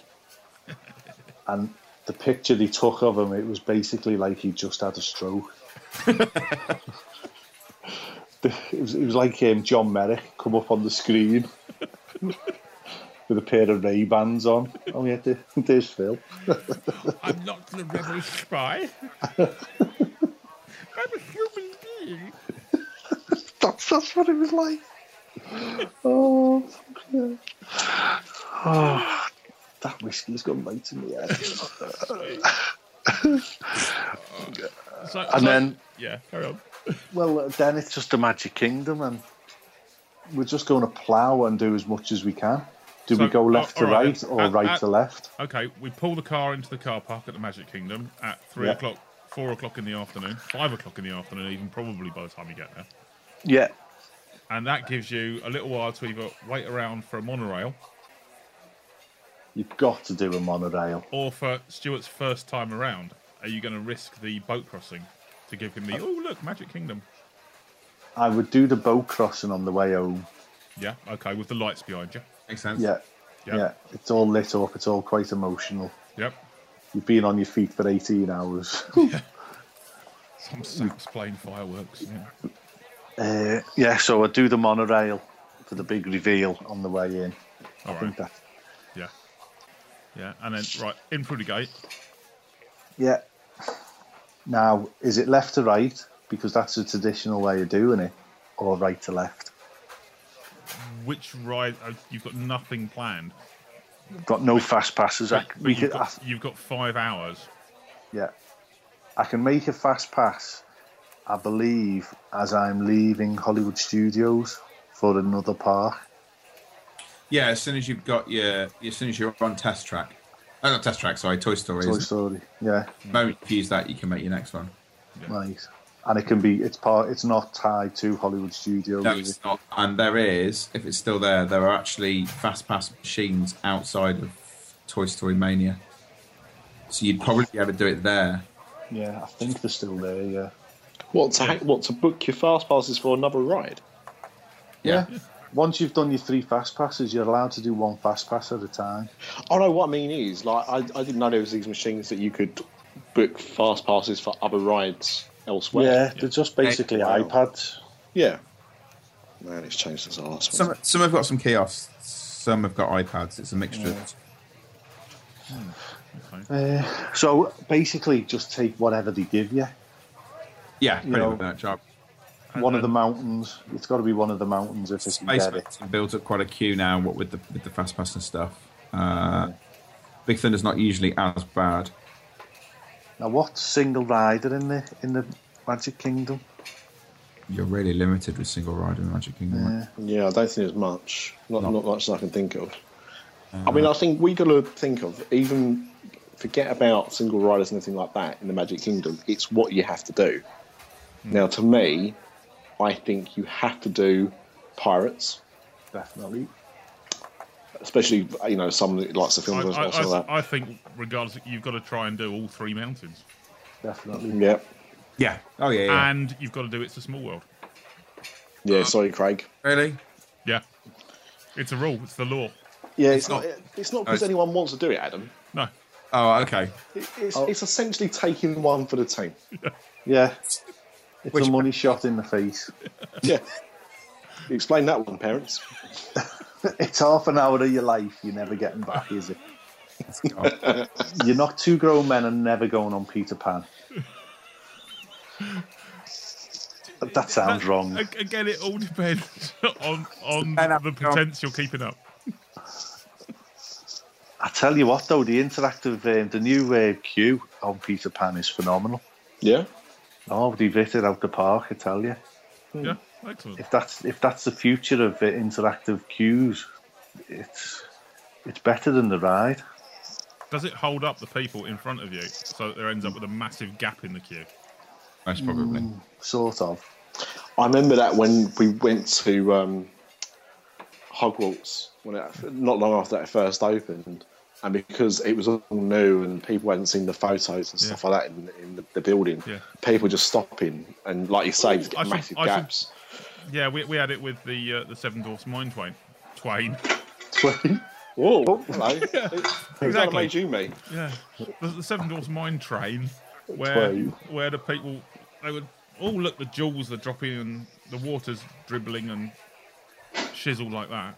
and the picture they took of him, it was basically like he just had a stroke. it, was, it was like um, John Merrick come up on the screen with a pair of Ray Bans on. Oh yeah, there, there's Phil.
I'm not the rebel spy. I'm a human being.
That's that's what it was like. oh, fuck yeah. oh, that whiskey's gone right in the air.
So,
And
so-
then-
yeah, carry on.
Well, uh, then it's just the Magic Kingdom, and we're just going to plough and do as much as we can. Do
So,
we go
uh,
left to
all right,
right or
uh,
right
uh,
to left?
Okay, we pull the car into the car park at the Magic Kingdom at three
Yeah.
o'clock, four o'clock in the afternoon, five o'clock in the afternoon, even probably by the time you get there.
Yeah,
And that gives you a little while to either wait around for a monorail
you've got to do a monorail.
or for Stuart's first time around. Are you going to risk the boat crossing to give him the
Uh,
oh look Magic Kingdom?
I would do the boat crossing on the way home.
Yeah, okay, with the lights behind you.
Makes sense?
Yeah,
Yeah.
yeah. It's all lit up. It's all quite emotional.
Yep.
You've been on your feet for eighteen hours.
Some
Mm.
saps playing fireworks. Yeah.
Uh, yeah, so I do the monorail for the big reveal on the way in.
All
I think
right.
that.
Yeah. Yeah, and then right in through the gate.
Yeah. Now, is it left to right because that's the traditional way of doing it, or right to left?
Which ride? Uh, you've got nothing planned.
Got no fast passes. I,
But- but
we
you've,
could,
got,
I-
you've got five hours.
yeah, I can make a fast pass. I believe as I'm leaving Hollywood Studios for another park.
Yeah, as soon as you've got your, as soon as you're on test track. Oh, not test track, sorry, Toy Story.
Toy
isn't it?
Story. Yeah,
The moment you use that, you can make your next one.
right. And it can be. It's part. It's not tied to Hollywood Studios.
No,
is it?
it's not. And there is, if it's still there, there are actually fast pass machines outside of Toy Story Mania. So you'd probably be able to do it there.
Yeah, I think they're still there. Yeah.
what to ha- what to book your fast passes for another ride?
Yeah.
Once you've done your three fast passes, you're allowed to do one fast pass at a time.
Oh no, what I mean is like I, I didn't know there was these machines that you could book fast passes for other rides
yeah,
elsewhere.
they're just basically
Wow.
iPads.
Yeah. Man, it's changed since I last one.
Some some have got some kiosks, some have got iPads. It's a mixture. of
So basically, just take whatever they give you.
Yeah, pretty
know,
much that job.
One of the mountains. It's got to be one of the mountains if you can
Space
get it.
Mountain built up quite a queue now. What with the with the fast pass and stuff. Uh, Big Thunder's not usually as bad.
Now, what single rider in the in the Magic Kingdom?
You're really limited with single rider in Magic Kingdom. aren't you?
Yeah, I don't think there's much. Not not much that I can think of. I mean, I think we got to think of even forget about single riders and everything like that in the Magic Kingdom. It's what you have to do. Now, to me, I think you have to do pirates,
Definitely.
especially you know some that likes the
I,
films and
I,
stuff like that.
I, I think, regardless, you've got to try and do all three mountains,
Definitely.
yeah,
Yeah. Oh yeah. yeah.
and you've got to do it's a small world. Um,
yeah. Sorry, Craig.
really?
Yeah, it's a rule. It's the law.
Yeah, it's,
not-
not. It's not because
it's-
anyone wants to do it, Adam.
No,
Oh okay.
It, it's
Oh.
it's essentially taking one for the team.
Yeah. It's
Which-
a money shot in the face.
Yeah. Explain that one, parents.
It's half an hour of your life you're never getting back, is it?
God.
You're not two grown men and never going on Peter Pan. That sounds wrong.
Ag- Again, it all depends on on
And I've
the
gone-
potential keeping up.
I tell you what, though, the interactive, um, the new uh, queue on Peter Pan is phenomenal.
Yeah.
Oh, they've hit it out the park, I tell you.
Yeah, excellent.
If that's if that's the future of uh, interactive queues, it's it's better than the ride.
Does it hold up the people in front of you so that there ends up with a massive gap in the queue?
Most probably.
Sort of.
I remember that when we went to um, Hogwarts, when it, not long after that it first opened, and because it was all new and people hadn't seen the photos and stuff like that in, in the, the building,
Yeah. Oh,
people just stopping and, like you say,
I
get
should-
massive
I should-
gaps.
Yeah, we, we had it with the uh, the Seven Dwarfs Mine Twain. Twain.
Whoa! Oh, Hello. Who's that
Exactly.
made you, mate?
Yeah, the, the Seven Dwarfs Mine Train, where
Twain.
where the people they would all look the jewels they're dropping and the water's dribbling and shizzle like that.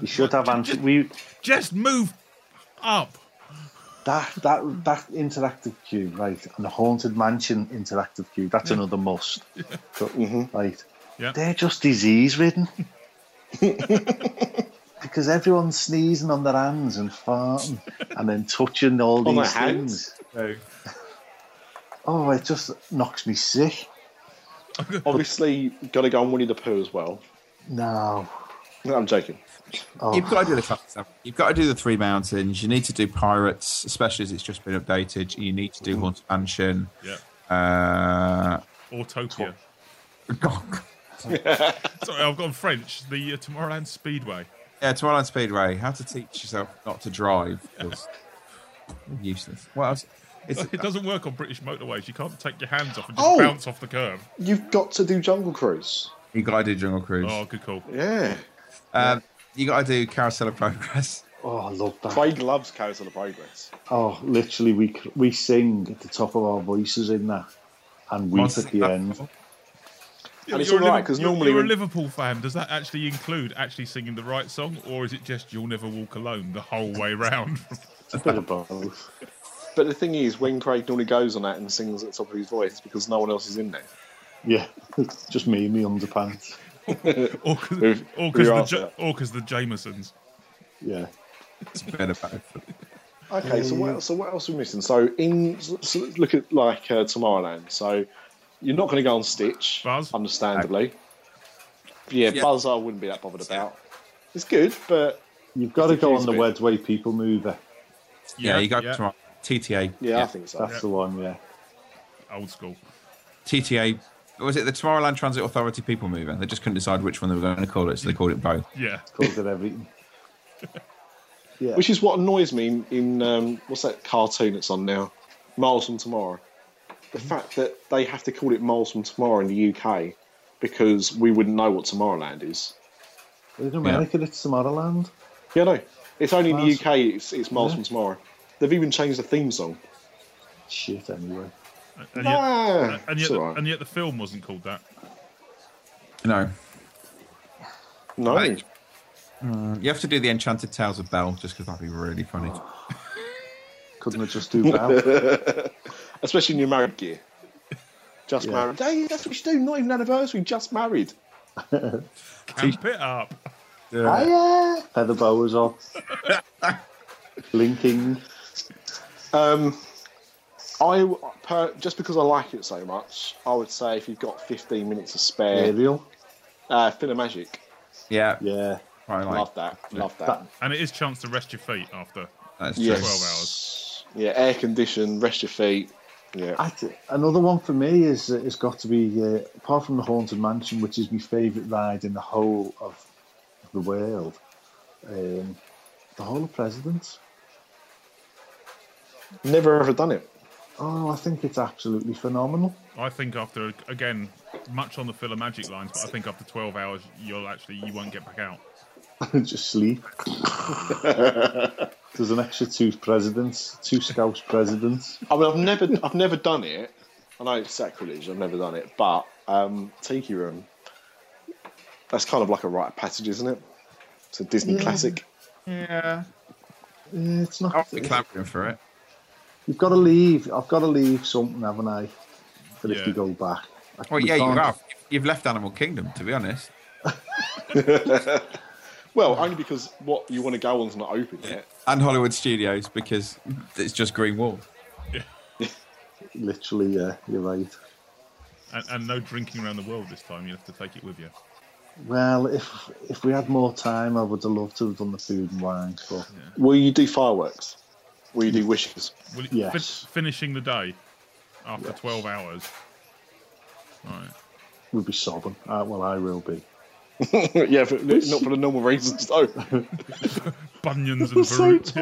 You should have anti- we
Just move up.
that that that interactive queue, right? And the haunted mansion interactive queue. That's another must. But, mm-hmm. Right.
Yeah.
They're just disease ridden. because everyone's sneezing on their hands and farting and then touching all
On their
these
hands?
things. Oh, it just knocks me sick.
Obviously, got to go on Winnie the Pooh as well.
No.
No, I'm joking.
You've got to do the classic stuff. You've got to do the Three Mountains. You need to do Pirates, especially as it's just been updated. You need to do Haunted Mansion.
Yeah,
Uh,
Autopia.
God.
Sorry, I've gone French. The uh, Tomorrowland Speedway.
Yeah, Twilight Speedway. How to teach yourself not to drive. was useless. What else? It's,
It doesn't work on British motorways. You can't take your hands off and just
Oh!
bounce off the curb.
You've got to do Jungle Cruise.
you got to do Jungle Cruise.
Oh, good call.
Yeah.
Um, you got to do Carousel of Progress.
Oh, I love that.
Craig loves Carousel of Progress.
Oh, literally, we cr- we sing at the top of our voices in that, and weep
Monster
at the end.
And it's
You're a
all right
Liv-
because
you're-
normally
you're a
when-
Liverpool fan. Does that actually include actually singing the right song, or is it just "You'll Never Walk Alone" the whole way round?
A bit of both.
But the thing is, when Craig normally goes on that and sings at the top of his voice because no one else is in there.
Yeah, just me in my underpants.
or because
Who- who
the,
asked
Ja-
that?
or 'cause the Jamesons?
Yeah.
It's a bit of both.
Okay, so
Mm.
what, so what else are we missing? So in so let's look at like uh, Tomorrowland. So you're not going to go on Stitch,
Buzz?
understandably. Yeah,
Yeah.
Buzz I wouldn't be that bothered about. It's good, but
You've got to go on
Confused
the
bit.
Wedway People Mover.
Yeah, you got
yeah.
to TTA.
yeah, I think so.
That's the one, yeah.
old school.
TTA. Was it the Tomorrowland Transit Authority People Mover? They just couldn't decide which one they were going to call it, so they called it both.
Yeah,
Called it everything. Yeah.
Which is what annoys me in, in um, what's that cartoon that's on now, Miles from Tomorrow. The
Mm-hmm.
fact that they have to call it Miles from Tomorrow in the UK because we wouldn't know what Tomorrowland is.
in America, it's Tomorrowland.
Yeah, no, it's only in the
Miles-
UK. It's it's Miles from Tomorrow. They've even changed the theme song.
Shit, anyway.
and yet,
Nah,
and,
it's
yet the,
alright.
and yet the film wasn't called that.
No.
no,
Like- You have to do the Enchanted Tales of Bell just because that'd be really funny.
Couldn't it just do that?
especially in your married gear. Just
Yeah.
married. Hey, that's what you do. Not even anniversary. Just married.
Camp it up.
Hiya! Feather boas on. Linking.
I per, just because I like it so much, I would say if you've got 15 minutes to spare,
Aerial.
uh, Finamagic.
Yeah.
Yeah.
Probably like,
Love that. Love that.
That-
And it is chance to rest your feet after.
that's true.
yes. Yeah, air conditioned. Rest your feet. Yeah.
I th- another one for me is uh, has got to be uh, apart from the Haunted Mansion, which is my favourite ride in the whole of the world. Um, the whole of Presidents.
Never ever done it.
Oh, I think it's absolutely phenomenal.
I think after again, much on the filler magic lines, but I think after twelve hours, you'll actually you won't get back out.
Just sleep. There's an extra two presidents, two Scouse presidents.
I mean, I've never, I've never done it. I know it's sacrilege. I've never done it, but um, Tiki Room. That's kind of like a rite of passage, isn't it? It's a Disney classic.
Yeah.
Eh, it's
I'll
not.
be clamouring for it.
You've got to leave. I've got to leave something, haven't I? For if
Yeah.
you go back.
Well, yeah, you
can't-
have. You've left Animal Kingdom, to be honest.
Well, only because what you want to go on's not open yet.
And Hollywood Studios because it's just green walls.
Literally, yeah, you're right.
And, and no drinking around the world this time. You have to take it with you.
Well, if if we had more time, I would have loved to have done the food and wine, but
Will you do fireworks? Will you do wishes?
Will it,
Yes.
fin- finishing the day after 12 hours. Right.
we'd be sobbing. Uh, well, I will be.
yeah, but not for the normal reasons though.
Bunions
I'm
and
so
burritos.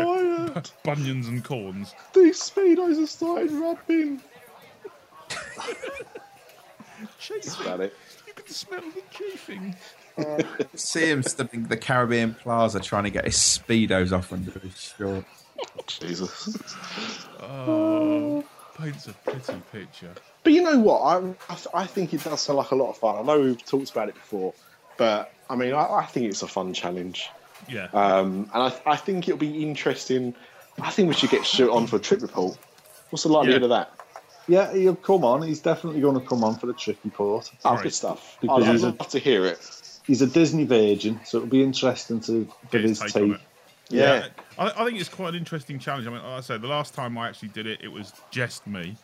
tired.
Bunions and corns.
These speedos have started rubbing. That's about it.
You can smell the chafing.
See him studying the Caribbean Plaza trying to get his speedos off under his shorts.
Jesus.
Oh, paints a pretty picture.
But you know what? I, I, th- I think it does sound like a lot of fun. I know we've talked about it before, but I mean, I, I think it's a fun challenge.
Yeah.
Um, and I, I think it'll be interesting. I think we should get Stuart on for a trip report. What's the likelihood
Yeah.
of that?
Yeah, he'll come on. He's definitely going to come on for the tricky port.
Oh,
Right.
good stuff.
Because
I'd, I'd
he's a-
love to hear it.
He's a Disney virgin, so it'll be interesting to
Get
get
his
his
take on
take.
it.
Yeah.
I, I think it's quite an interesting challenge. I mean, like I said, the last time I actually did it, it was just me.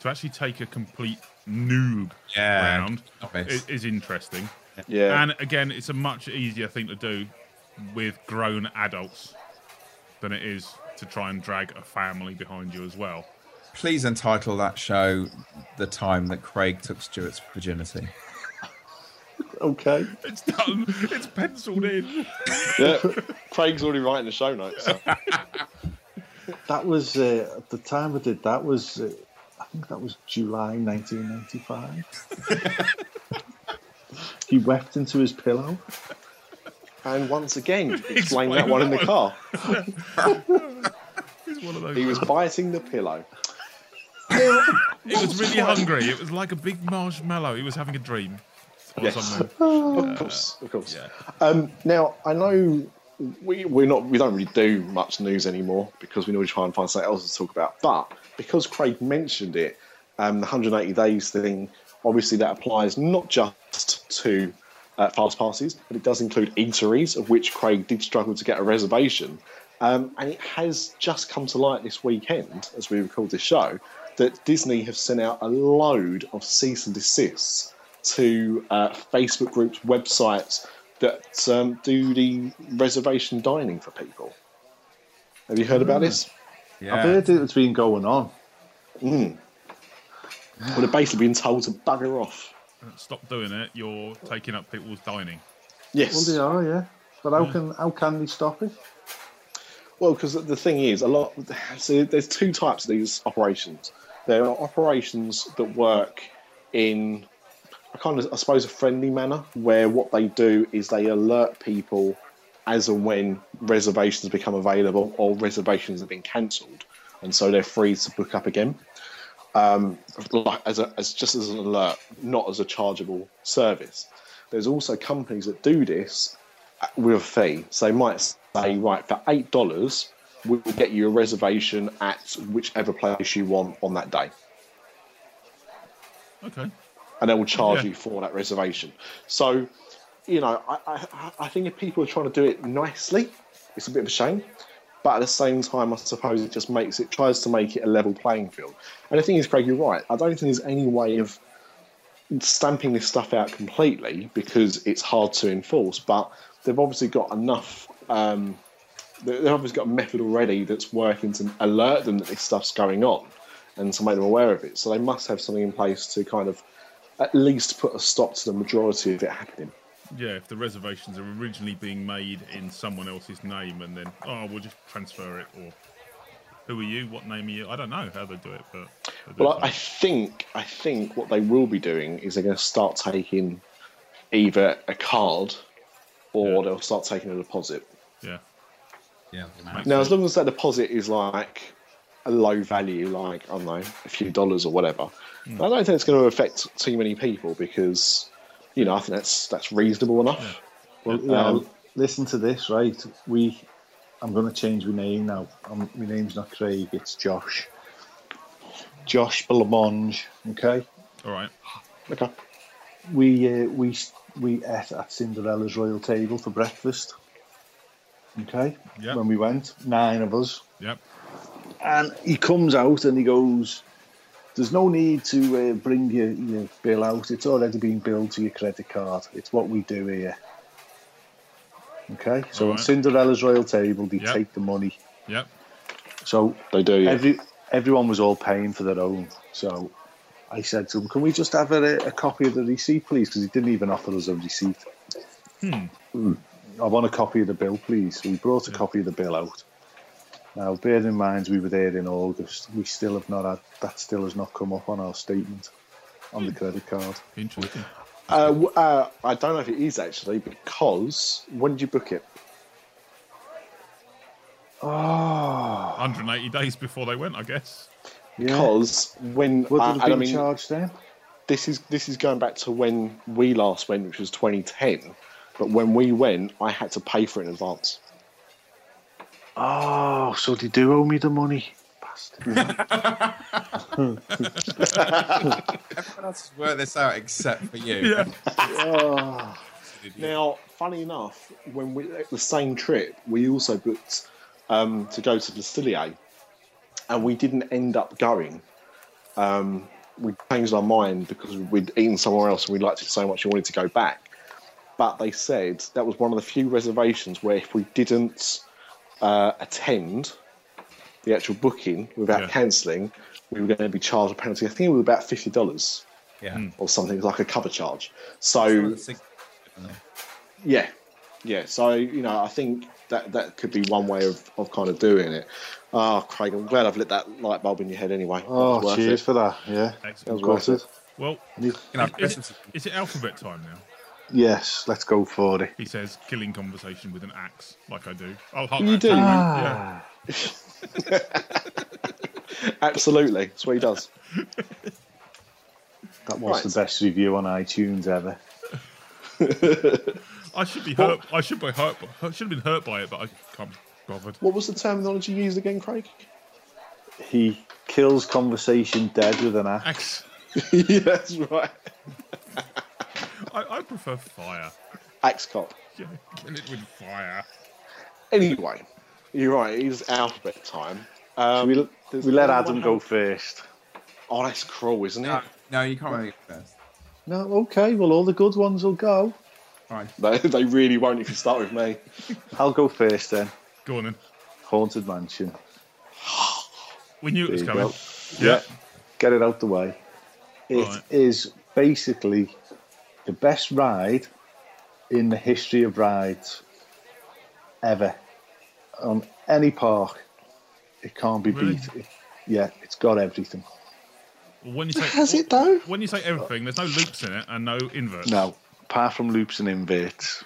To actually take a complete noob
Yeah,
round
not
i-
best.
is, interesting.
Yeah.
And again, it's a much easier thing to do with grown adults than it is to try and drag a family behind you as well.
Please entitle that show The Time That Craig Took Stuart's Virginity.
Okay.
It's done. it's penciled in.
yeah. Craig's already writing the show notes. so.
That was uh, at the time we did that was uh, I think that was July 1995. he wept into his pillow.
And once again, explain that one in the car.
It's one of those.
He was biting the pillow.
It was really hungry. It was like a big marshmallow. He was having a dream. Or
Yes.
something.
Of course, of course.
Yeah.
Um, now I know we we're not we don't really do much news anymore because we normally try and find something else to talk about. But because Craig mentioned it, um, the 180 days thing, obviously that applies not just to uh, fast passes, but it does include eateries, of which Craig did struggle to get a reservation. Um, and it has just come to light this weekend, as we record this show, that Disney have sent out a load of cease and desists to uh, Facebook groups, websites that um, do the reservation dining for people. Have you heard about this?
Yeah.
I've heard it's been going on.
Well, they've basically been told to bugger off.
Stop doing it. You're taking up people's dining.
Well,
Yes.
they are, yeah. But how can how can they stop it?
Well, because the thing is, a lot. So there's two types of these operations. There are operations that work in a kind of, I suppose, a friendly manner, where what they do is they alert people as and when reservations become available or reservations have been cancelled, and so they're free to book up again. Um, like as, a, as just as an alert, not as a chargeable service. There's also companies that do this with a fee. So they might say, right, for eight dollars, we'll get you a reservation at whichever place you want on that day,
Okay.
and they will charge
Yeah.
you for that reservation. So, you know, I, I, I- I think if people are trying to do it nicely, it's a bit of a shame. But at the same time, I suppose it just makes it tries to make it a level playing field. And the thing is, Craig, you're right. I don't think there's any way of stamping this stuff out completely because it's hard to enforce. But they've obviously got enough. Um, they- they've obviously got a method already that's working to alert them that this stuff's going on and to make them aware of it. So they must have something in place to kind of at least put a stop to the majority of it happening.
Yeah, if the reservations are originally being made in someone else's name and then, oh, we'll just transfer it or who are you? What name are you? I don't know how they do it, but. they do
Well,
it.
I I think I think what they will be doing is they're going to start taking either a card or they'll start taking a deposit.
yeah.
Yeah.
Now, as long as that deposit is like a low value, like I don't know, a few dollars or whatever, I don't think it's going to affect too many people because you know I think that's that's reasonable enough.
Well, yeah,
Um,
listen to this, right? We, I'm going to change my name now. Um my name's not Craig, it's Josh. Josh Blamonge, okay?
All right.
Okay.
we uh, we we ate at Cinderella's royal table for breakfast. Okay,
Yeah.
when we went, nine of us,
Yep.
and he comes out and he goes, "There's no need to uh, bring your, your bill out. It's already been billed to your credit card. It's what we do here." Okay, so on
Alright.
Cinderella's royal table, they
Yeah.
take the money.
Yep.
So
They do, yeah.
Every, everyone was all paying for their own. So I said to him, "Can we just have a, a copy of the receipt, please?" Because he didn't even offer us a receipt. Hmm. I want a copy of the bill, please. So we brought a copy of the bill out. Now, bear in mind, we were there in August. We still have not had that. Still has not come up on our statement on the credit card.
Interesting.
Uh, w- uh, I don't know if it is actually because when did you book it?
Oh,
180 days before they went, I guess.
yeah.
Because when
What
uh,
did it
and I
been
mean,
charged then?
this is this is going back to when we last went, which was 2010. But when we went, I had to pay for it in advance.
Oh, so they do owe me the money. Bastard.
Everyone else has worked this out except for you.
Yeah.
oh.
Now, funny enough, when we the same trip, we also booked um, to go to Bastille, and we didn't end up going. Um, we changed our mind because we'd eaten somewhere else and we liked it so much we wanted to go back. But they said that was one of the few reservations where if we didn't uh, attend the actual booking without
Yeah.
cancelling, we were going to be charged a penalty. I think it was about fifty dollars
Yeah.
or something, like a cover charge.
Some of
So
the sig-
yeah, yeah. So you know, I think that that could be one way of, of kind of doing it. Oh, Craig, I'm glad I've lit that light bulb in your head anyway. That was
Oh,
worth
cheers
it.
for that. Yeah,
Excellent.
Of course it.
Well,
You know,
is
Christmas-
it, is it alphabet time now?
Yes, let's go for it.
He says, killing conversation with an axe, like I do. Oh, heart
You
axe,
do.
sorry, mate. Yeah.
Ah,
Absolutely, that's what he does.
that was
Right.
the best review on iTunes ever.
I should be hurt. I should be hurt. I should have been hurt by it, but I can't be bothered.
What was the terminology used again, Craig?
He kills conversation dead with an axe.
Axe.
yeah, that's right.
I, I prefer fire.
Axe cop.
Yeah, kill it with fire.
Anyway, you're right. It is alphabet time. Um,
we,
there's
we let
no
Adam
one
go
else-
first.
Oh, that's cruel, isn't it?
no, no, you can't really go first.
No, okay. Well, all the good ones will go.
Fine.
They, they really won't if you start with me.
I'll go first then.
Go on then.
Haunted Mansion.
We knew it was
There you
coming.
go.
Yeah.
Get it out the way. It is
Right.
basically the best ride in the history of rides ever on any park. It can't be
Really?
beat. It- yeah, it's got everything.
Well, When you say
Has it though?
when you say everything, there's no loops in it and no inverts.
Now, apart from loops and inverts,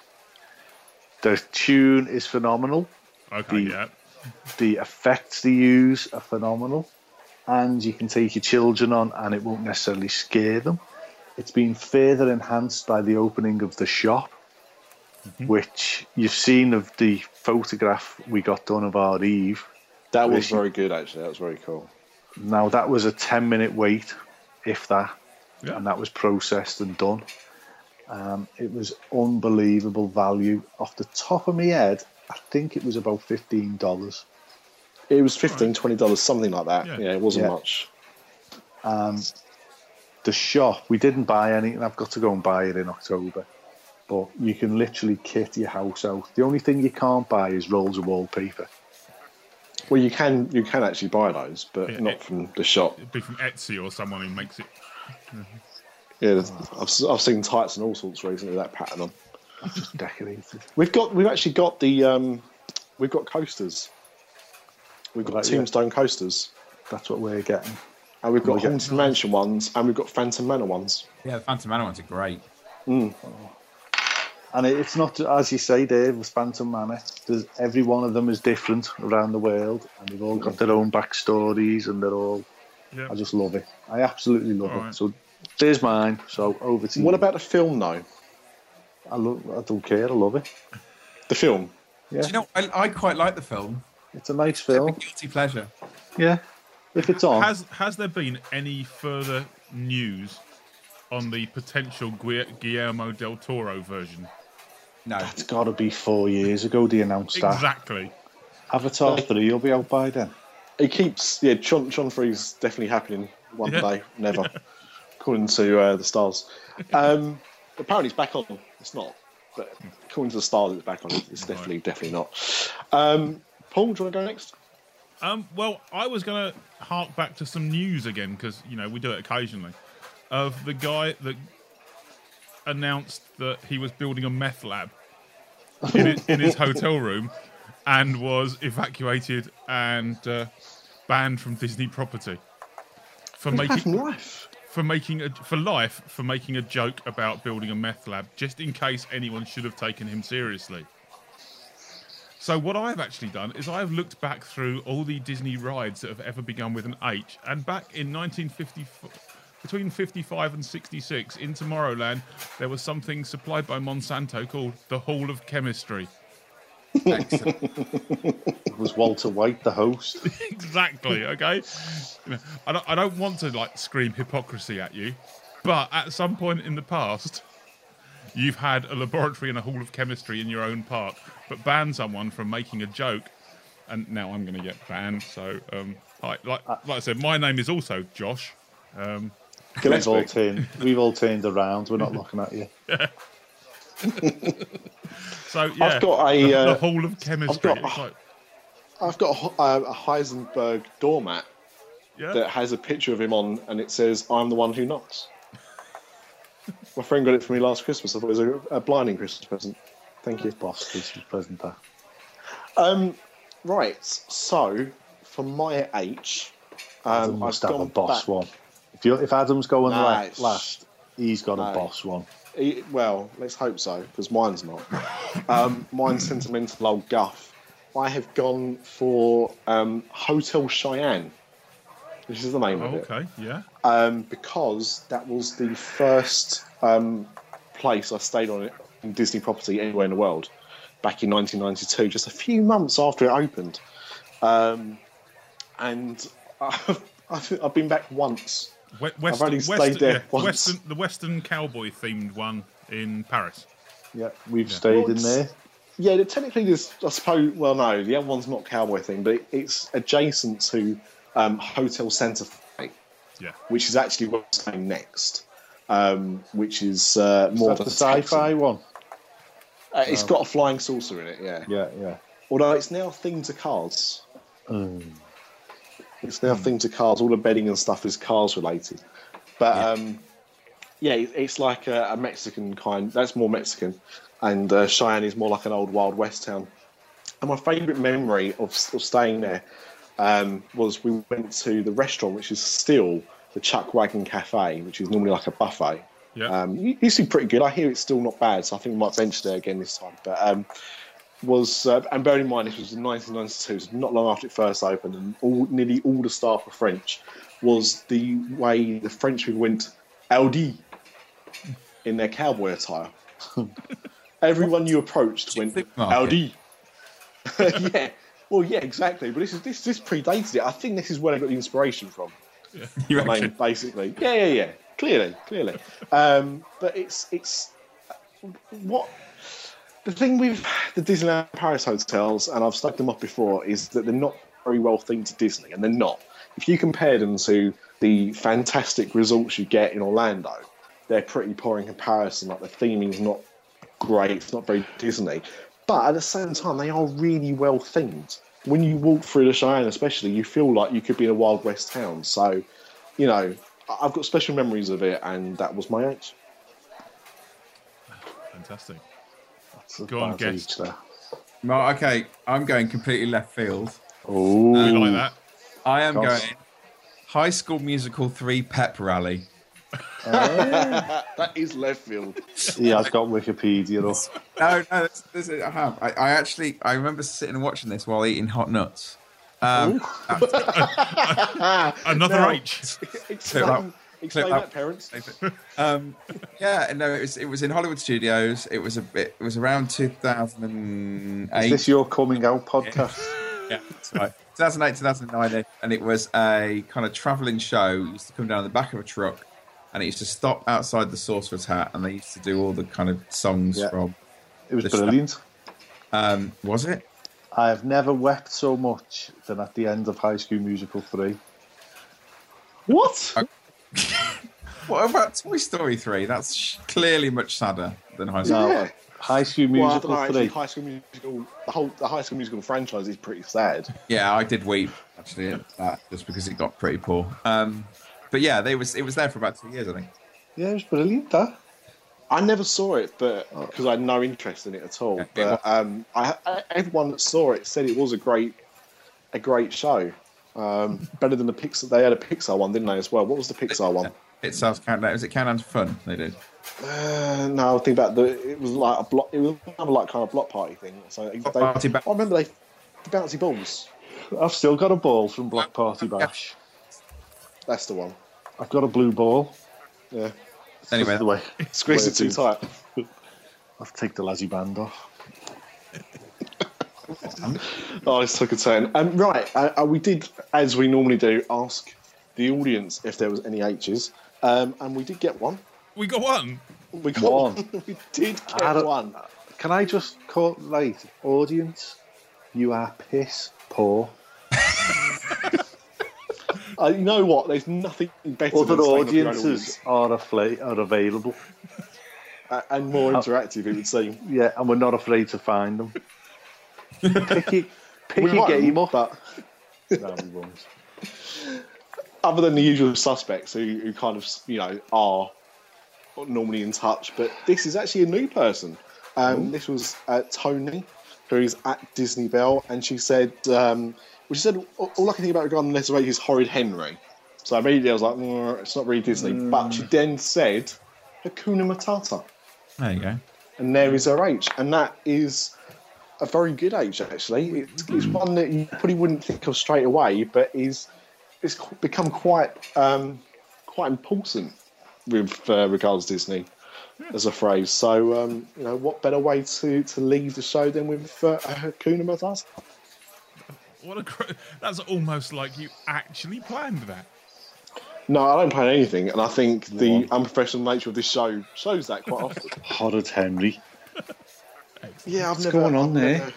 the tune is phenomenal.
Okay.
the-
Yeah.
The effects they use are phenomenal, and you can take your children on, and it won't necessarily scare them. It's been further enhanced by the opening of the shop, which you've seen of the photograph we got done of our Eve.
That was
Really?
very good, actually. That was very cool.
Now that was a ten-minute wait, if that.
Yeah.
and that was processed and done. Um, it was unbelievable value. Off the top of my head, I think it was about fifteen dollars.
It was 15 dollars, something like that.
Yeah.
Yeah, it wasn't
Yeah.
much.
The shop we didn't buy any, and I've got to go and buy it in October. But you can literally kit your house out. The only thing you can't buy is rolls of wallpaper.
Well, you can you can actually buy those, but
Yeah.
not from the shop.
It'd be from Etsy or someone who makes it.
Yeah, there's-
Ah.
I've, s- I've seen tights and all sorts recently with that pattern on.
Just decorated.
We've got we've actually got the um, we've got coasters. We've got
Right, yeah.
tombstone coasters,
That's what we're getting.
and we've got
we get-
haunted mansion ones, and we've got phantom manor ones.
Yeah, the Phantom Manor ones are great.
And it- it's not as you say, Dave, with Phantom Manor. There's, every one of them is different around the world, and they've all got their own backstories, and they're all
Yeah.
I just love it. I absolutely love it.
Alright.
So there's mine. So over to you.
What about the film though?
I, lo- I don't care. I love it.
The film.
Yeah,
Do you know, I, I quite like the film.
it's a nice
A
film.
guilty pleasure.
Yeah, if it's on,
Has Has there been any further news on the potential Gui- Guillermo del Toro version.
No,
It's got to be four years ago they announced that.
Exactly.
Avatar 3 you'll be out by then.
It keeps yeah. Chon Chon three's definitely happening one
Yeah.
day, never, according to uh, the stars. Um, apparently, it's back on. It's not, but according to the stars, it's back on. It's definitely definitely not. Um, Paul, do you want to go next?
Um, well, I was going to hark back to some news again because you know we do it occasionally. Of the guy that announced that he was building a meth lab in, his- in his hotel room and was evacuated and uh, banned from Disney property for making
life.
for making a for life for making a joke about building a meth lab just in case anyone should have taken him seriously. So what I've actually done is I've looked back through all the Disney rides that have ever begun with an H and back in 1950 between 55 and 66 in Tomorrowland there was something supplied by Monsanto called the Hall of Chemistry.
excellent.
It was Walter White the host.
exactly. Okay. You know, I don't, I don't want to like scream hypocrisy at you, but at some point in the past, you've had a laboratory and a hall of chemistry in your own park, but ban someone from making a joke. And now I'm going to get banned. So, um, I, like,
Uh,
like I said, my name is also Josh. Um,
We've all, turned, we've all turned around. We're not looking at you.
so yeah,
got a,
the, the
uh,
hall of chemistry.
got-
It's like,
I've got a, uh, a Heisenberg doormat
yeah,
that has a picture of him on, and it says, "I'm the one who knocks." My friend got it for me last Christmas. I thought it was a, a blinding Christmas present. Thank you.
Boss, this is present that.
Um, right. So, for my H,
Adam
um, I've
must have
gone
a boss
back-
one. If, you if Adam's going
No,
la-
it's-
last, he's got
no.
a boss one.
E- Well, let's hope so, because mine's not. um, mine's sentimental old guff. I have gone for um, Hotel Cheyenne. This is the name
Oh,
of it.
okay, yeah,
um, because that was the first um, place I stayed on in Disney property anywhere in the world back in 1992, just a few months after it opened. Um, and I've, I've I've been back once.
We- Western,
only
Western,
stayed there
yeah,
once.
Western, the Western cowboy themed one in Paris.
Yeah, we've stayed
Well,
in there.
Yeah, the- technically, there's, I suppose, well, no, the other one's not cowboy thing, but it's adjacent to um, Hotel Santa Fe,
Yeah,
which is actually where I'm staying next. Um, which is uh, more
More
of
the
a
sci-fi
Texan-
one.
Uh, it's got a flying saucer in it, yeah.
Yeah, yeah.
Although it's now themed to cars. It's now themed to cars. All the bedding and stuff is cars related. But yeah, um, yeah it- it's like a, a Mexican kind. That's more Mexican. And uh, Cheyenne is more like an old Wild West town. And my favourite memory of, of staying there um, was we went to the restaurant, which is still the Chuck Wagon Cafe, which is normally like a buffet.
yeah.
Um, it used to be pretty good. I hear it's still not bad, so I think we might venture there again this time. But um, was uh, and bearing in mind this was in 1992, so not long after it first opened, and all, nearly all the staff were French. Was the way the French people went Audi in their cowboy attire. Everyone you approached went
Supermarket.
Audi. yeah. Well, yeah, exactly. But this is this this predated it. I think this is where I got the inspiration from.
You
I mean,
reckon?
basically. Yeah, yeah, yeah. Clearly, clearly. Um, but it's it's what the thing with the Disneyland Paris hotels, and I've stuck them up before, is that they're not very well themed to Disney, and they're not. If you compare them to the fantastic results you get in Orlando, they're pretty poor in comparison. Like the theming's not great, it's not very Disney, but at the same time, they are really well themed. When you walk through the Cheyenne, especially, you feel like you could be in a Wild West town. So, you know, I- I've got special memories of it, and that was my age.
Fantastic.
That's a
Go on,
bad
guess.
reach there.
Well, okay, I'm going completely left field.
You
Oh,
like that?
I am
Gosh.
going High School Musical 3 Pep Rally.
That is left field.
he has got Wikipedia up.
No, no, this, this is, I have. I, I actually, I remember sitting and watching this while eating hot nuts. Um,
Another
No.
H.
out.
explain explain
Clear out.
that, parents.
um, yeah, no, it was it was in Hollywood Studios. It was a bit, it was around 2008.
Is this your coming out podcast?
Yeah, that's right. 2008, 2009, and it was a kind of traveling show. It used to come down the back of a truck, and it used to stop outside the Sorcerer's Hat, and they used to do all the kind of songs
Yeah.
from.
It was
The shout.
brilliant.
Um, was it?
I have never wept so much than at the end of High School Musical 3.
What?
What about Toy Story three? That's sh- clearly much sadder than High School.
No,
Yeah.
High School
Well, I
Musical
don't know,
3.
actually, High School Musical, the whole the High School Musical franchise is pretty sad.
Yeah, I did weep actually at that just because it got pretty poor. Um, but yeah, they was it was there for about two years, I think.
Yeah, it was brilliant, that.
I never saw it, but because I had no interest in it at all.
Yeah, it
But um, I, I, everyone that saw it said it was a great, a great show. Um, better than the Pixar. They had a Pixar one, didn't they? As well. What was the Pixar one?
It sounds countdown. Was it countdown to fun? They did.
Uh, no, I think about the. It was like a block. It was kind of like kind of block party thing. So they,
party ba-
I remember they, the bouncy balls.
I've still got a ball from Black Party Bash.
That's the one.
I've got a blue ball.
Yeah,
Anyway,
By the way,
squeeze it too
Square
tight.
I've take the lazzy band off.
Oh, this took a turn. Um, right, uh, uh, we did, as we normally do, ask the audience if there was any H's, um, and we did get one.
We got one.
We got
One.
one. we did
I
get
don't-
one.
Can I just call, right, audience, you are piss poor.
Uh, you know what? There's nothing better
Other
than saying that we don't
audiences are, afla- are available.
audience, uh, and more interactive. It would seem.
Yeah, and we're not afraid to find them. pick your, pick
We
your
won't,
game up.
but
No, we won't.
other than the usual suspects who, who kind of you know are normally in touch, but this is actually a new person. Um, this was uh, Tony, who is at Disney Bell, and she said, um, well, she said all all I can think about regarding the letter rate is Horrid Henry. So immediately I was like, "Mm, it's not really Disney. But she then said Hakuna Matata,
there you go.
and there is her H, and that is a very good H actually. It's, it's one that you probably wouldn't think of straight away, but is it's qu- become quite um, quite important with uh, regards to Disney
Hmm.
as a phrase. So um, you know, what better way to, to leave the show than with uh, Hakuna Matata?
What a cr- that's almost like you actually planned that.
No, I don't plan anything, and I think the unprofessional nature of this show shows that quite often.
Horrid Henry.
yeah, I've
What's going on there?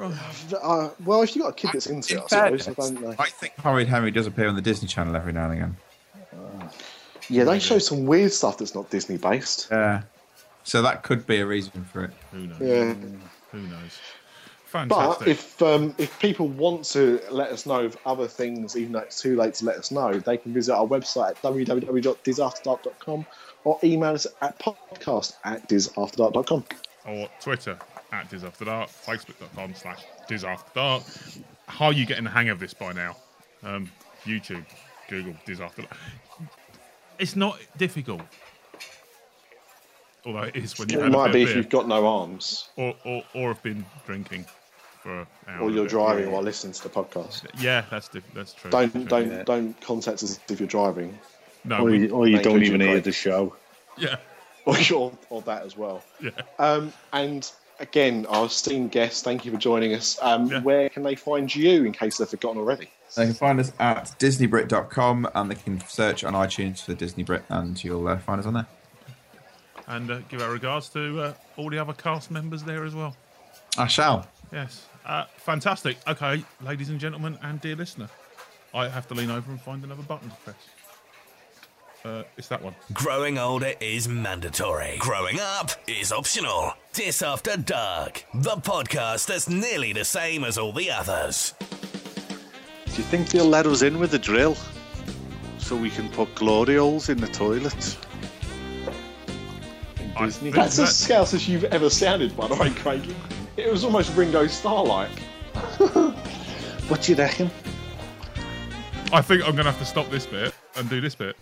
Uh, well, if you have got a kid that's into
In
it, I
fairness,
suppose. I don't know.
I think Horrid Henry does appear on the Disney Channel every now and again.
Yeah, they show some weird stuff that's not Disney based.
Yeah. So that could be a reason for it.
Who knows?
Yeah.
Who knows?
But
Fantastic.
if um, if people want to let us know of other things, even though it's too late to let us know, they can visit our website at www.disafterdark.com or email us at podcast at disafterdark.com.
or Oh, Twitter at Diz After Dark, Facebook.com slash Diz After Dark. How are you getting the hang of this by now? Um, YouTube, Google, Diz After Dark. It's not difficult. Although it is when you've
It
had a
might
bit
be if
of
you've
beer,
got no arms
or, or, or have been drinking for an hour.
or
and a
you're
bit.
driving while listening to the podcast.
Yeah, that's, diff- that's true. True.
Don't don't don't contact us if you're driving
No,
Or
we,
you, or you
Thank
don't
you,
even hear
Craig.
the show.
yeah,
or you're, or that as well.
yeah.
Um, and again, our esteemed guests, thank you for joining us. Um,
Yeah.
Where can they find you in case they've forgotten already?
They can find us at DisneyBrit.com and they can search on iTunes for Disney Brit and you'll uh, find us on there.
And uh, give our regards to uh, all the other cast members there as well.
I shall.
Yes. Uh, fantastic. Okay, ladies and gentlemen, and dear listener, I have to lean over and find another button to press. Uh, it's that one.
Growing older is mandatory. Growing up is optional. Dis After Dark, the podcast that's nearly the same as all the others.
Do you think they'll let us in with a drill? So we can put glory holes in the toilets?
I think
That's as
that-
scouse as you've ever sounded, by the way, Craig. It was almost Ringo Starr like.
What do you reckon?
I think I'm going to have to stop this bit and do this bit.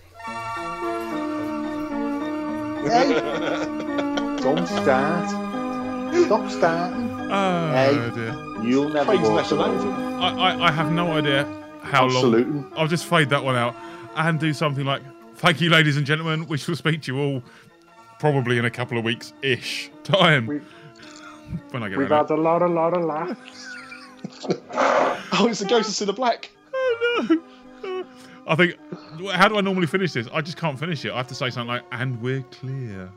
Don't start. Stop starting.
Oh,
Hey.
dear.
You'll never
Craig's
walk
national anthem.
I, I, I have no idea how long.
Absolute.
I'll just fade that one out and do something like, thank you, ladies and gentlemen. We shall speak to you all probably in a couple of weeks ish time. when I get
We've
around
had a lot, a lot of laughs.
Oh, it's the Ghost of the Black.
Oh no! I think, how do I normally finish this? I just can't finish it. I have to say something like, and we're clear.